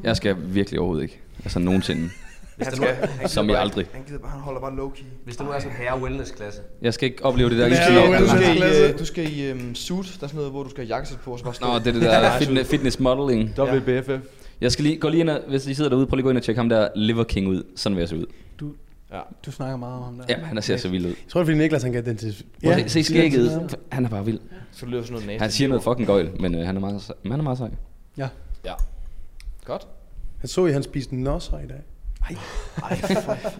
Jeg skal virkelig overhovedet ikke. Altså, *laughs* nogensinde. Han skal. Som jeg aldrig. Han, gider bare, han holder bare low-key. Hvis det nu er sådan en herre wellness-klasse. Jeg skal ikke opleve det der Ja, isfinaler. men Du skal i, Klasse. øh, du skal *laughs* i um, suit. Der er sådan noget, hvor du skal have jakkesæt på, og så bare stå. Nå, det er det der fitne- fitness modeling. WBFF. Jeg skal lige gå lige ind og, hvis I sidder derude, prøv lige at gå ind og tjekke ham der Liver King ud. Sådan vil jeg se ud. Du snakker meget om ham der. Ja, han ser så vild ud. Jeg tror, det er, fordi Niklas, han kan identificere. Ja, se, se skægget. Han er bare vild. Så lyder sådan noget næste. Han siger noget fucking gøjl, men øh, han, er meget, sej- men han er meget sej. ja. Ja. Godt. Han så, at han spiste nosser i dag.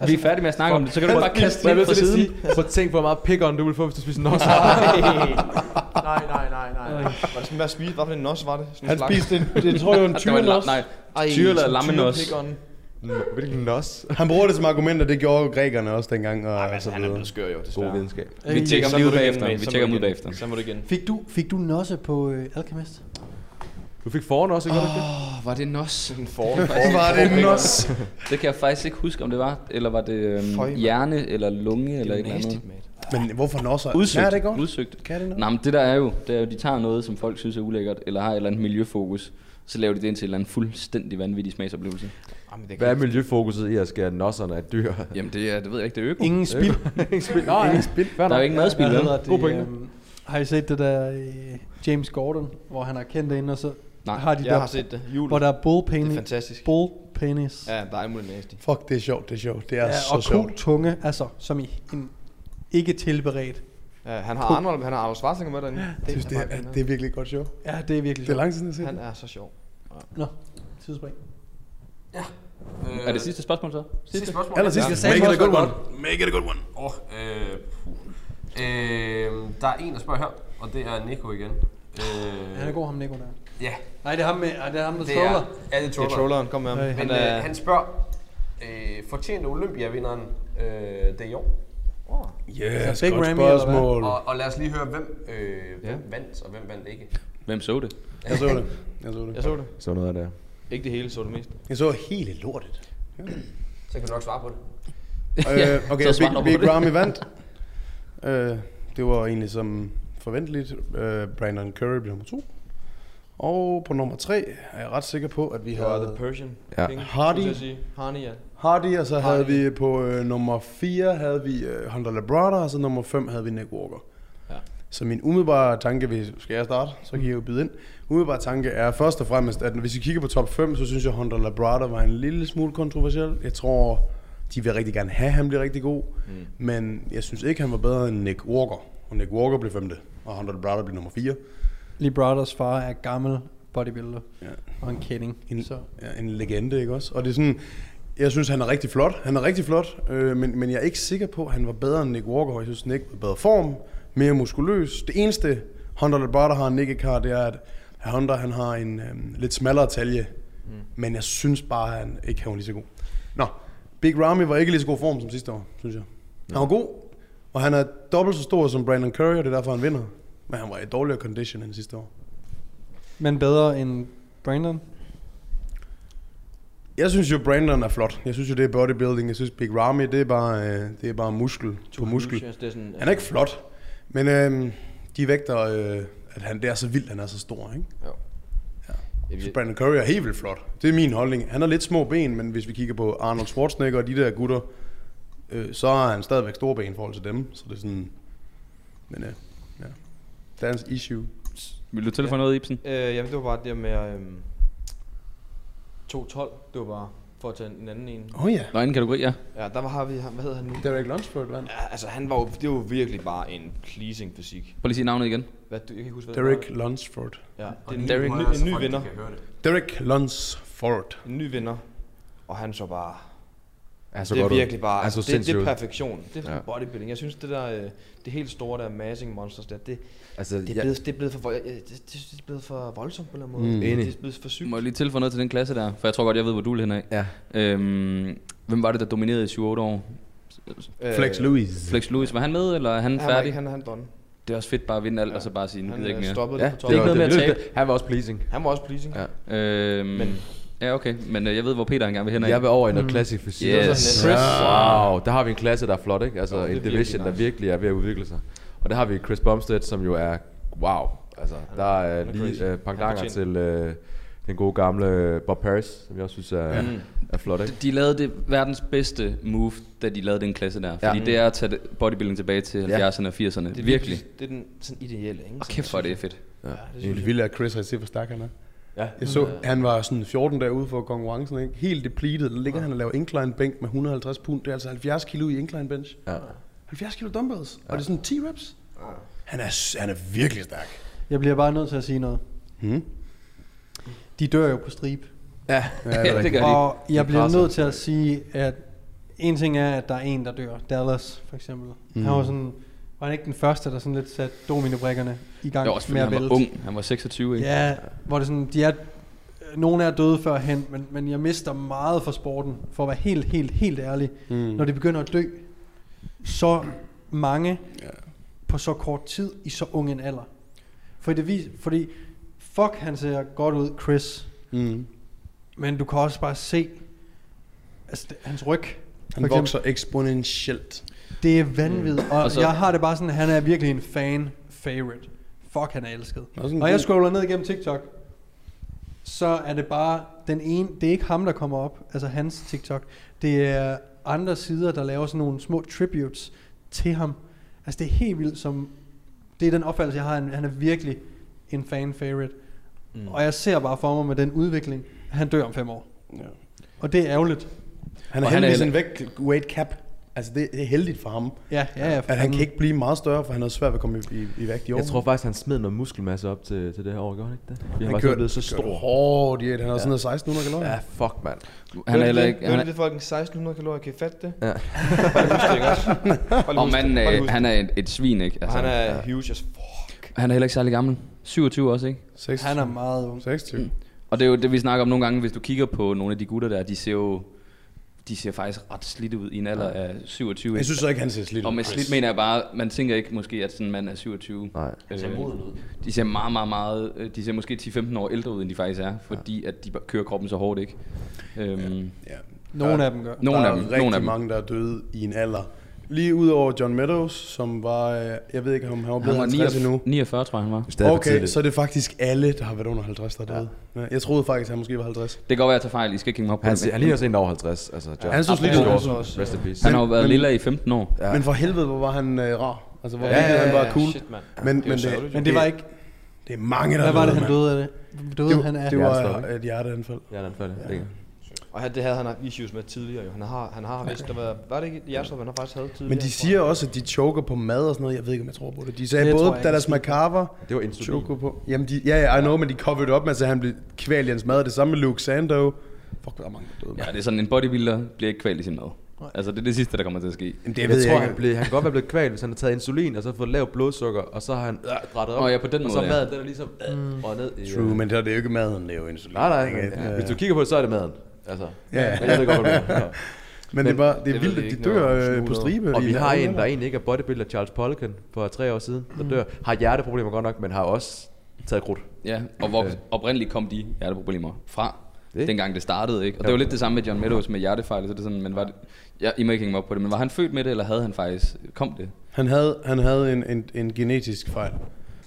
Vi er færdige med at snakke om det, så kan du bare kaste lidt fra siden. Prøv at tænk på, hvor meget pick on du vil få, hvis du spiser nok. Nej, nej, nej, nej. Var det sådan, hvad spiste? Hvad for en nos var det? Sådan en Han slags- spiste en, det tror jeg, var en Det var en, la- tyrenos. nej, Ej, tyre eller sådan en lammenos. tyrepikkon. Mm, Hvilken nos? Han bruger det som argument, og det gjorde grækerne også dengang. Og Altså, Ej, så Han er videre. blevet skør jo, desværre. God videnskab. Vi tjekker Så ham lige må ud du igen, bagefter. mate. Vi Så tjekker må ham du ud igen. bagefter. Så må du igen. Fik du, fik du nosse på øh, Alchemist? Uh, Du fik foran også, ikke? Oh. Åh, var det nos? Sådan en form. Hvor var det en nos? Det kan jeg faktisk ikke huske, om det var. Eller var det Føj, øhm, mand. hjerne eller lunge eller et Det eller er andet. nasty, mate. Men hvorfor nosser? Udsøgt. Ja, det godt. Udsøgt. Kan det noget? Nej, men det der er jo, det er jo, de tager noget, som folk synes er ulækkert, eller har et eller andet miljøfokus, så laver de det ind til en eller anden fuldstændig vanvittig smagsoplevelse. Jamen, det Hvad er kan miljøfokuset i at skære nosserne af dyr? *laughs* Jamen det, er, det ved jeg ikke, det er øko. Ingen spil. Spil. Nå, ja. Spil. Der er jo ikke madspil, Hvad vel? hedder det? God pointe. øhm, har I set det der øh, James Gordon, hvor han har kendt det ind, og så Nej, har de jeg der, har set det. Jul. hvor der er bull Det er penis. fantastisk. Bull penis. Ja, der er imod næste. Fuck, det er sjovt, det er sjovt. Det er Ja, så og sjovt. god tunge, altså som i en ikke tilberedt. Ja, han har Arnold, han har Arnold Schwarzenegger med derinde. Jeg synes, det er, det er virkelig et godt sjovt. Ja, det er virkelig Det er sjovt. lang tid siden, jeg har Han set det. er så sjov. Nå, tidsspring. Er det sidste spørgsmål så? Øh, Sidste spørgsmål. Aller Ja. sidst, sagde make it a også good godt. one. Åh, øh, puh. øh, der er en, der spørger her, og det er Nico igen. Øh, Han er god, ham Nico der. Ja, Nej, det er ham, med, ah, det er ham der det er, troller. er det Det er troller. trolleren, kom med ham. Hey. Men Han øh, er... han spørger, øh, fortjente Olympia-vinderen øh, det i år? Yes, Big godt Ramy, spørgsmål. Og, og lad os lige høre, hvem, øh, hvem vandt, og hvem vandt ikke. Hvem så det? Jeg så det. Jeg så Jeg det. så det. Så noget af det. Ikke det hele, så det mest. Jeg så hele lortet. Så kan du nok svare på det. Øh, okay, så svarer du på Big, det. Big Ramy vandt. Øh, det var egentlig som forventeligt. Øh, Brandon Curry blev nummer to. Og på nummer tre er jeg ret sikker på, at vi Det var The havde Persian Ja. King. Hardy. skulle jeg sige. Hardy, ja. Hardy, og så havde vi på øh, nummer 4 havde vi øh, Hunter Labrada, og så nummer 5 havde vi Nick Walker. Ja. Så min umiddelbare tanke, hvis, skal jeg starte, så kan jeg jo byde ind. Umiddelbare tanke er først og fremmest, at hvis vi kigger på top 5, så synes jeg, Hunter Labrada var en lille smule kontroversiel. Jeg tror, de vil rigtig gerne have, at han bliver rigtig god, mm. men jeg synes ikke, han var bedre end Nick Walker. Og Nick Walker blev femte, og Hunter Labrada blev nummer 4. Lee Brothers far er gammel bodybuilder Ja. og en kending. En, Så. ja, en legende, ikke også? Og det er sådan, jeg synes, han er rigtig flot. Han er rigtig flot, øh, men, men jeg er ikke sikker på, at han var bedre end Nick Walker. Jeg synes, Nick var i bedre form, mere muskuløs. Det eneste, Hunter Labrada har, Nick ikke har, det er, at Hunter han har en øh, lidt smallere talje. Mm. Men jeg synes bare, at han ikke han var lige så god. Nå, Big Ramy var ikke i lige så god form som sidste år, synes jeg. Han var god, og han er dobbelt så stor som Brandon Curry, og det er derfor, han vinder. Men han var i dårligere condition end sidste år. Men bedre end Brandon. Jeg synes jo, Brandon er flot. Jeg synes jo, det er bodybuilding. Jeg synes, Big Ramy, det er bare, øh, det er bare muskel på muskel. altså, Det er sådan, Han er ikke flot, men øh, de vægter, øh, at han det er så vildt, han er så stor. Ikke? Jeg, Så Brandon Curry er helt vildt flot. Det er min holdning. Han har lidt små ben, men hvis vi kigger på Arnold Schwarzenegger og de der gutter, øh, så har han stadigvæk store ben i forhold til dem. Så det er sådan... Men øh, ja. Der er en issue. Vil du tilføje noget, Ibsen? Øh, jamen, det var bare det med øhm, 2-12. Det var bare for at tage en anden en. Åh oh, ja. Nå, anden kategori, ja. Ja, der var, har vi, hvad hedder han nu? Derek Lunsford vandt. Ja, altså, han var jo, det var jo virkelig bare en pleasing fysik. Prøv lige at sige navnet igen. Hvad, du, jeg kan ikke huske, hvad det Derek Lunsford. var. Ja, Og det er en, Derek- ny, Prøv en, ny, at høre, så en ny altså folk, de vinder. kan høre det. Derek Lunsford. En ny vinder. Og han så bare... Han Så det er virkelig bare... Han så Altså, det, det sindssygt er ud. perfektion. Det er sådan Ja. bodybuilding. Jeg synes, det der... øh, Det helt store der Amazing Monsters der, det, Altså, det, er, jeg, blevet, det er blevet for, vold- jeg- det, det, det er blevet for voldsomt på en eller anden måde. Mm. Det, Enig. det er blevet for sygt. Må jeg lige tilføje noget til den klasse der? For jeg tror godt, jeg ved, hvor du vil hen af. Ja. Øhm, hvem var det, der dominerede i 7-8 år? Øh, Flex Lewis. Flex Lewis, var han med, eller er han Han, han, færdig? han, han, er done. Det er også fedt bare at vinde alt, Ja. og så bare sige, nu han gider jeg øh, ikke mere. stoppede ja, ja, på det er ikke var- noget. noget med at det- tabe. Han var også pleasing. Han var også pleasing. Ja. Øhm, men. Men- Ja, okay. Men øh, jeg ved, hvor Peter engang vil hen af. Jeg vil over i noget klassisk fysik. Yes. Chris. Wow, der har vi en klasse, der er flot, ikke? Altså Jo, det er en virkelig division, der nice. virkelig er ved at udvikle sig. Og der har vi Chris Bumstead, som jo er, wow. Altså, der er er lige crazy. øh, pangdanger Han til øh, den gode gamle øh, Bob Paris, som jeg også synes er, er flot, ikke? De- De lavede det verdens bedste move, da de lavede den klasse der. Fordi Ja. det er at tage det- bodybuilding tilbage til Ja. 70'erne og 80'erne. Det er Virkelig. Det er den sådan ideelle, ikke? Og kæft for det er fedt. Ja, Det vilde er, at Chris har set, hvor stærk han er. Ja. Jeg så, han var sådan 14 dage ude for konkurrencen, ikke? Helt depleted. Der ligger han og laver incline bænk med 150 pund. Det er altså 70 kilo i incline bench. Ja. 70 kilo dumbbells. Og det er sådan 10 reps. Han er, han er virkelig stærk. Jeg bliver bare nødt til at sige noget. Hmm? De dør jo på stribe. Ja, Ja, det gør de. Og jeg bliver presser. nødt til at sige, at en ting er, at der er en, der dør. Dallas, for eksempel. Mm. Han var sådan... Var han ikke den første, der sådan lidt satte dominobrikkerne i gang Jo, også fordi med at han vælte? var ung. Han var 26, ikke? Ja, hvor det sådan, de er, nogle er døde førhen, men, men jeg mister meget for sporten, for at være helt, helt, helt ærlig. Mm. Når de begynder at dø, så mange Ja. på så kort tid, i så ung en alder. For det vis, fordi, fuck, han ser godt ud, Chris, Mm. men du kan også bare se, altså, det, hans ryg, Han vokser eksponentielt. det er vanvittigt, og, Og Mm. og så- jeg har det bare sådan, han er virkelig en fan favorite. Fuck, han er elsket. Og sådan Og jeg god- scroller ned igennem TikTok, så er det bare den ene, det er ikke ham, der kommer op, altså hans TikTok. Det er andre sider, der laver sådan nogle små tributes til ham. Altså det er helt vildt, som det er den opfattelse, jeg har, han han er virkelig en fan favorite. Mm. Og jeg ser bare for mig med den udvikling, at han dør om fem år. Ja. Og det er ærgerligt. Han er Og han er heldigvis en væk weight cap. Altså, det, det er heldigt for ham. Ja, ja, ja. At han kan ikke blive meget større, for han havde svært ved at komme i, i, i vægt i år. Jeg tror faktisk, han smed noget muskelmasse op til, til det her år, gjorde han ikke det? Vi har han faktisk kørte, blevet så Kørte stor. hårdt i et. Han har sådan noget 1600 kalorier. Ja, fuck, mand. Han er heller ikke... ikke... Han Hvad er, er folk 1600 kalorier? Kan I fatte det? Ja. Bare lige husk det, ikke også? Bare lige og husk det. manden, Bare lige er, husk han det. er et, et svin, ikke? Og Altså, han er huge as fuck. han er heller ikke særlig gammel. 27 også, ikke? 6, Han er meget ung. 26. Mm. Og det er jo det, vi snakker om nogle gange, hvis du kigger på nogle af de gutter der, de ser jo de ser faktisk ret slidte ud i en alder af 27. Jeg ikke? synes så ikke, han ser slidt ud. og med slidt mener jeg bare, man tænker ikke måske, at sådan en mand er 27. Nej. Han ser moden ud. De ser meget, meget, meget, øh, de ser måske 10-15 år ældre ud, end de faktisk er, fordi at de bare kører kroppen så hårdt, ikke? Øhm, Ja. Nogle af dem gør. Nogle der af dem, er nogle rigtig af dem. mange, der er døde i en alder. Lige udover John Meadows, som var, øh, jeg ved ikke, om han var blevet han var 50 49, endnu. 49, tror jeg, han var. Stadig for okay, tidligt. så er det faktisk alle, der har været under 50, der er døde. Ja. Jeg troede faktisk, han måske var 50. Det kan godt være, at jeg tager fejl. I skal ikke hænge mig op på Han, det. men- han ligner også en der er over 50, altså John. Han så slidt George, ud. Rest in peace. han har jo været men- lilla i 15 år. Ja. Men for helvede, hvor var han øh, rar. Altså, hvor Ja, ja, ja, han ja, var cool. Shit, mand. Men, Det er jo men, sørgeligt, det, jo. Men det var ikke, det er mange, der hvad var det, han mand. døde af det? Døde han af? Det var Hjertestop, et hjerteanfald. Ja, den falder. Ja. Og han- det havde han haft issues med tidligere jo. Han har, han har vist, der var, var det ikke et hjertestop, han har faktisk havde tidligere? Men de siger også, at de choker på mad og sådan noget. Jeg ved ikke, om jeg tror på det. De sagde Det det tror jeg både ikke. Dallas McCarver Det var insulin. choker på. Jamen, de, ja, ja, I know, men de covered det op med, at han blev kvalt i hans mad. Det samme med Luke Sandow. Fuck, der er mange, der døde. Ja, det er sådan, en bodybuilder bliver ikke kvalt i sin mad. Altså, det er det sidste, der kommer til at ske. Jamen, det Jeg, ved jeg tror, jeg han, ikke. blev, han kan godt være blevet kvalt, hvis han har taget insulin, og så fået lavt blodsukker, og så har han øh, drættet op. Nå, ja, på den og måde, så ja. maden, den er ligesom øh, og ned i... øh, Mm. True, men det er det jo ikke maden, han laver insulin. Nej, nej. Ikke? men, øh, Ja. Hvis du kigger på det, så er det maden. Altså, Ja. Men jeg ved godt, hvad du *laughs* mener. Men det er, bare, det er det ved vildt, vi at de ikke noget om. dør øh, Smule på noget. stribe. Og i vi har alle en, der aldre. egentlig ikke er bodybuilder, Charles Polken, for tre år siden, Mm. der dør. Har hjerteproblemer godt nok, men har også taget krudt. Ja, og hvor Øh. oprindeligt kom de hjerteproblemer fra, Det. det. dengang det startede, ikke? Og det var lidt det samme med John Meadows med hjertefejl, så det er sådan, men var det, jeg, I må ikke hænge mig op på det, men var han født med det, eller havde han faktisk, kom det? Han havde, han havde en, en, en genetisk fejl.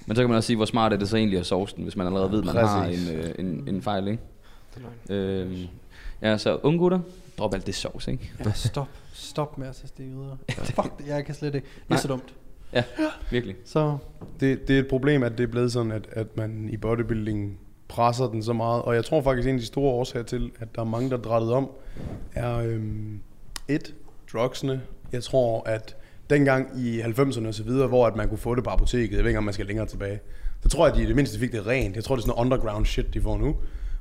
Men så kan man også sige, hvor smart er det så egentlig at sove den, hvis man allerede ved, man Præcis. har en, øh, en, en fejl, ikke? Øhm, ja, så unge gutter, drop alt det sovs, ikke? Ja, stop. Stop med at tage stik videre. Fuck det, jeg kan slet ikke. Det er Nej. så dumt. Ja, virkelig. Så Det, det er et problem, at det er blevet sådan, at, at man i bodybuilding presser den så meget. Og jeg tror faktisk, en af de store årsager til, at der er mange, der er drættet om, er øhm, et, drugsene. Jeg tror, at dengang i 90'erne og så videre, hvor at man kunne få det på apoteket, jeg ved ikke, om man skal længere tilbage, så tror jeg, at de i det mindste fik det rent. Jeg tror, det er sådan noget underground shit, de får nu.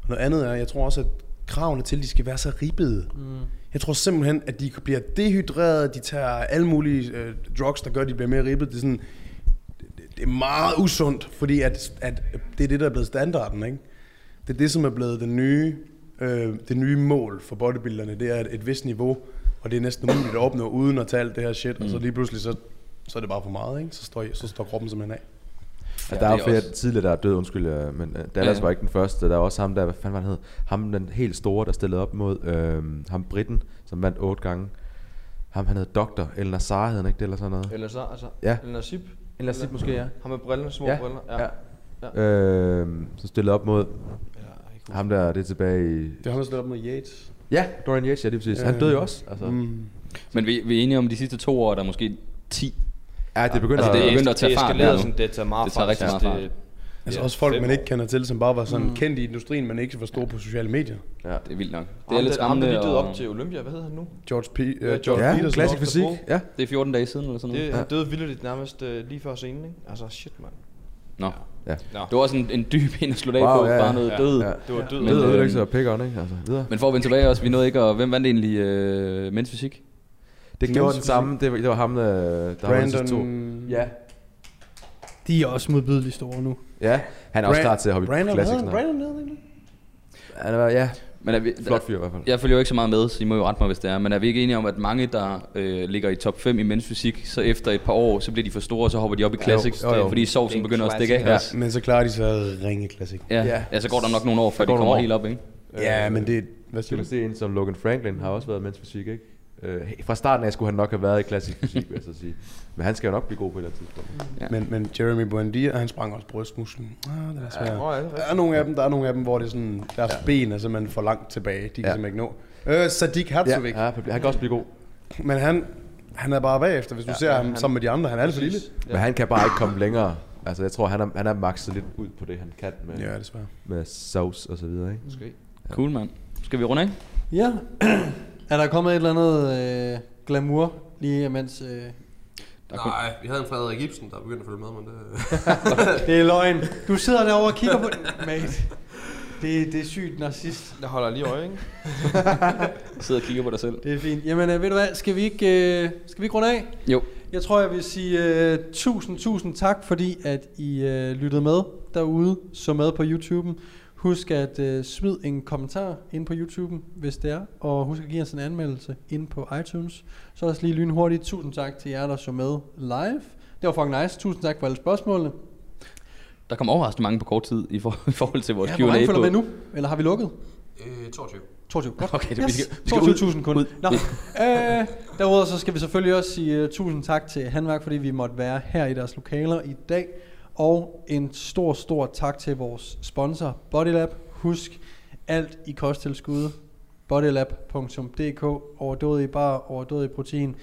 Og noget andet er, jeg tror også, at kravene til, at de skal være så ribbede. Mm. Jeg tror simpelthen, at de bliver dehydreret, de tager alle mulige øh, drugs, der gør, at de bliver mere ribbede. Det er sådan, det er meget usundt, fordi at, at det er det, der er blevet standarden, ikke? Det er det, som er blevet det nye, øh, det nye mål for bodybuilderne, det er et, et vist niveau, og det er næsten umuligt at opnå uden at tage alt det her shit, mm. og så lige pludselig, så, så er det bare for meget, ikke? Så står, så står kroppen simpelthen af. Ja, Ja, der er det jo er flere også- tidligere, der er døde, undskyld, øh, men øh, Dallas Ja, ja. ja. var ikke den første. Der er også ham der, hvad fanden var han hed? Ham den helt store, der stillede op mod øh, ham Britten, som vandt otte gange. Ham han hed Doktor, El Nassar hed han ikke det, eller sådan noget? Eller så, altså. Ja. Eller Nasib. El Nassar måske, ja. Ham med brillerne, små Ja, briller. Altså, ja. Øh, så stillede op mod ham der, det er tilbage i... Det har man slet op med Yates. Ja, Dorian Yates, ja, det er præcis. Ja, Han ja. døde jo også. Altså. Mm. Men vi, vi er enige om, de sidste to år, der er måske 10. Ja, det begynder Altså, det er at... begyndt at tage fart Det eskalerer nu. sådan, det tager meget Det tager fart. rigtig Jeg synes, meget det- Altså Ja, også folk, fem man år. ikke kender til, som bare var sådan mm. kendt i industrien, men ikke var store på sociale medier. Det er vildt nok. Det Det er lidt Ham, der skræmmende. lige døde op Og til Olympia, hvad hedder han nu? George, P- uh, Ja, George George Peterson. Ja, Petersen klassisk også, der fysik. bor. Ja. det er 14 dage siden eller sådan noget. Det, Det, han døde vildt nærmest øh, lige før scenen, ikke? Altså shit, mand. Nå. Ja. Det var også en, en dyb ind at slutte af Wow, på. ja, ja. Bare noget Ja. død. Ja. Det var død. Men, Ved øhm, ødelæggelse og pick on, ikke? Altså, videre. Men for at vende tilbage også, vi nåede ikke, og hvem vandt egentlig øh, mens fysik? Det, det var den samme, det var, det var ham, øh, der var de sidste to. Brandon... Ja. De er også modbydeligt store nu. Ja, han er også Brand- klar til at hoppe i Brandon klassik Brandon, snart. Brandon, Brandon, Han er, ja, Men er vi, flot fyr i hvert fald. Jeg følger jo ikke så meget med, så I må jo rette mig, hvis det er. Men er vi ikke enige om, at mange, der øh, ligger i top 5 i mens fysik, så efter et par år, så bliver de for store, og så hopper de op i classics, jo, jo. fordi sovsen begynder at stikke af. Ja. Ja. Men så klarer de sig at ringe klassik. Ja. Ja. ja. ja, så går der nok nogle år, før de går nogle kommer år. helt op, ikke? Øh, Ja, men det... Hvad Skal siger du du? se en som Logan Franklin har også været mens fysik, ikke? Øh, fra starten af skulle han nok have været i klassisk fysik, vil jeg så sige. Men han skal jo nok blive god på et eller andet tidspunkt. Men, men Jeremy Buendia, han sprang også brystmusklen. Ah, det er svært. Nå, ja, det er Der er nogle af dem, der er nogle af dem, hvor det er sådan, deres ja. ben er simpelthen for langt tilbage. De kan Ja. ja. simpelthen ikke nå. Øh, Sadiq Herzog, ja. ja, han bliver- han kan også blive god. men han, han er bare bagefter. Hvis du ja, ser ham han- sammen med de andre, han er alt for lille. Ja. Men han kan bare ikke komme længere. Altså, jeg tror, han er, han er maxet lidt ud på det, han kan med, Ja, desværre. med sauce og så videre, ikke? Cool, mand. Skal vi runde af? Ja. *clears throat* er der kommet et eller andet øh, glamour lige imens... Øh... Der kom- Nej, vi havde en Frederik Ibsen, der begyndte at følge med, men *laughs* det... Det er løgn. Du sidder derovre og kigger på... Mate. Det, det er sygt narcissist. Jeg holder lige øje, ikke? Sidder og kigger på dig selv. Det er fint. Jamen, øh, ved du hvad? Skal vi ikke, øh, skal vi ikke runde af? Jo. Jeg tror, jeg vil sige øh, tusind, tusind tak, fordi at I øh, lyttede med derude, så med på YouTuben. Husk at øh, smid en kommentar ind på YouTuben, hvis det er, og husk at give os en anmeldelse ind på iTunes. Så også lige lynhurtigt, tusind tak til jer, der så med live. Det var fucking nice. Tusind tak for alle spørgsmålene. Der kom overraskende mange på kort tid i, for, *laughs* i forhold til vores Ja, ja, hvor mange Q&A følger med på. nu? Eller har vi lukket? Øh, 22. 22. Godt. Okay, det- vi yes. skal- vi skal ud- 22.000 kun. ud. Nå. Øh, derudover så skal vi selvfølgelig også sige uh, tusind tak til Handværk, fordi vi måtte være her i deres lokaler i dag. Og en stor, stor tak til vores sponsor, Bodylab. Husk alt i kosttilskud. Bodylab.dk. Overdådig bar, overdådig protein.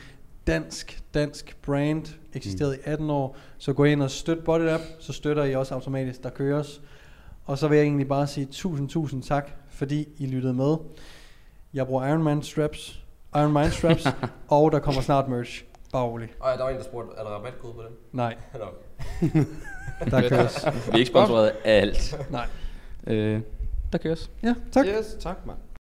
Dansk, dansk brand. Eksisteret mm. i 18 år. Så gå ind og støt Bodylab, så støtter I også automatisk, der køres. Og så vil jeg egentlig bare sige tusind, tusind tak, fordi I lyttede med. Jeg bruger Iron Man straps, Iron Man straps, og der kommer snart merch. Bare rolig. Og ja, der var en, der spurgte, er der rabatkode på den? *laughs* Nej, Eller, der køres. Vi er ikke sponsoreret af alt. Nej. Øh, der køres. Ja, tak. Yes, tak, mand.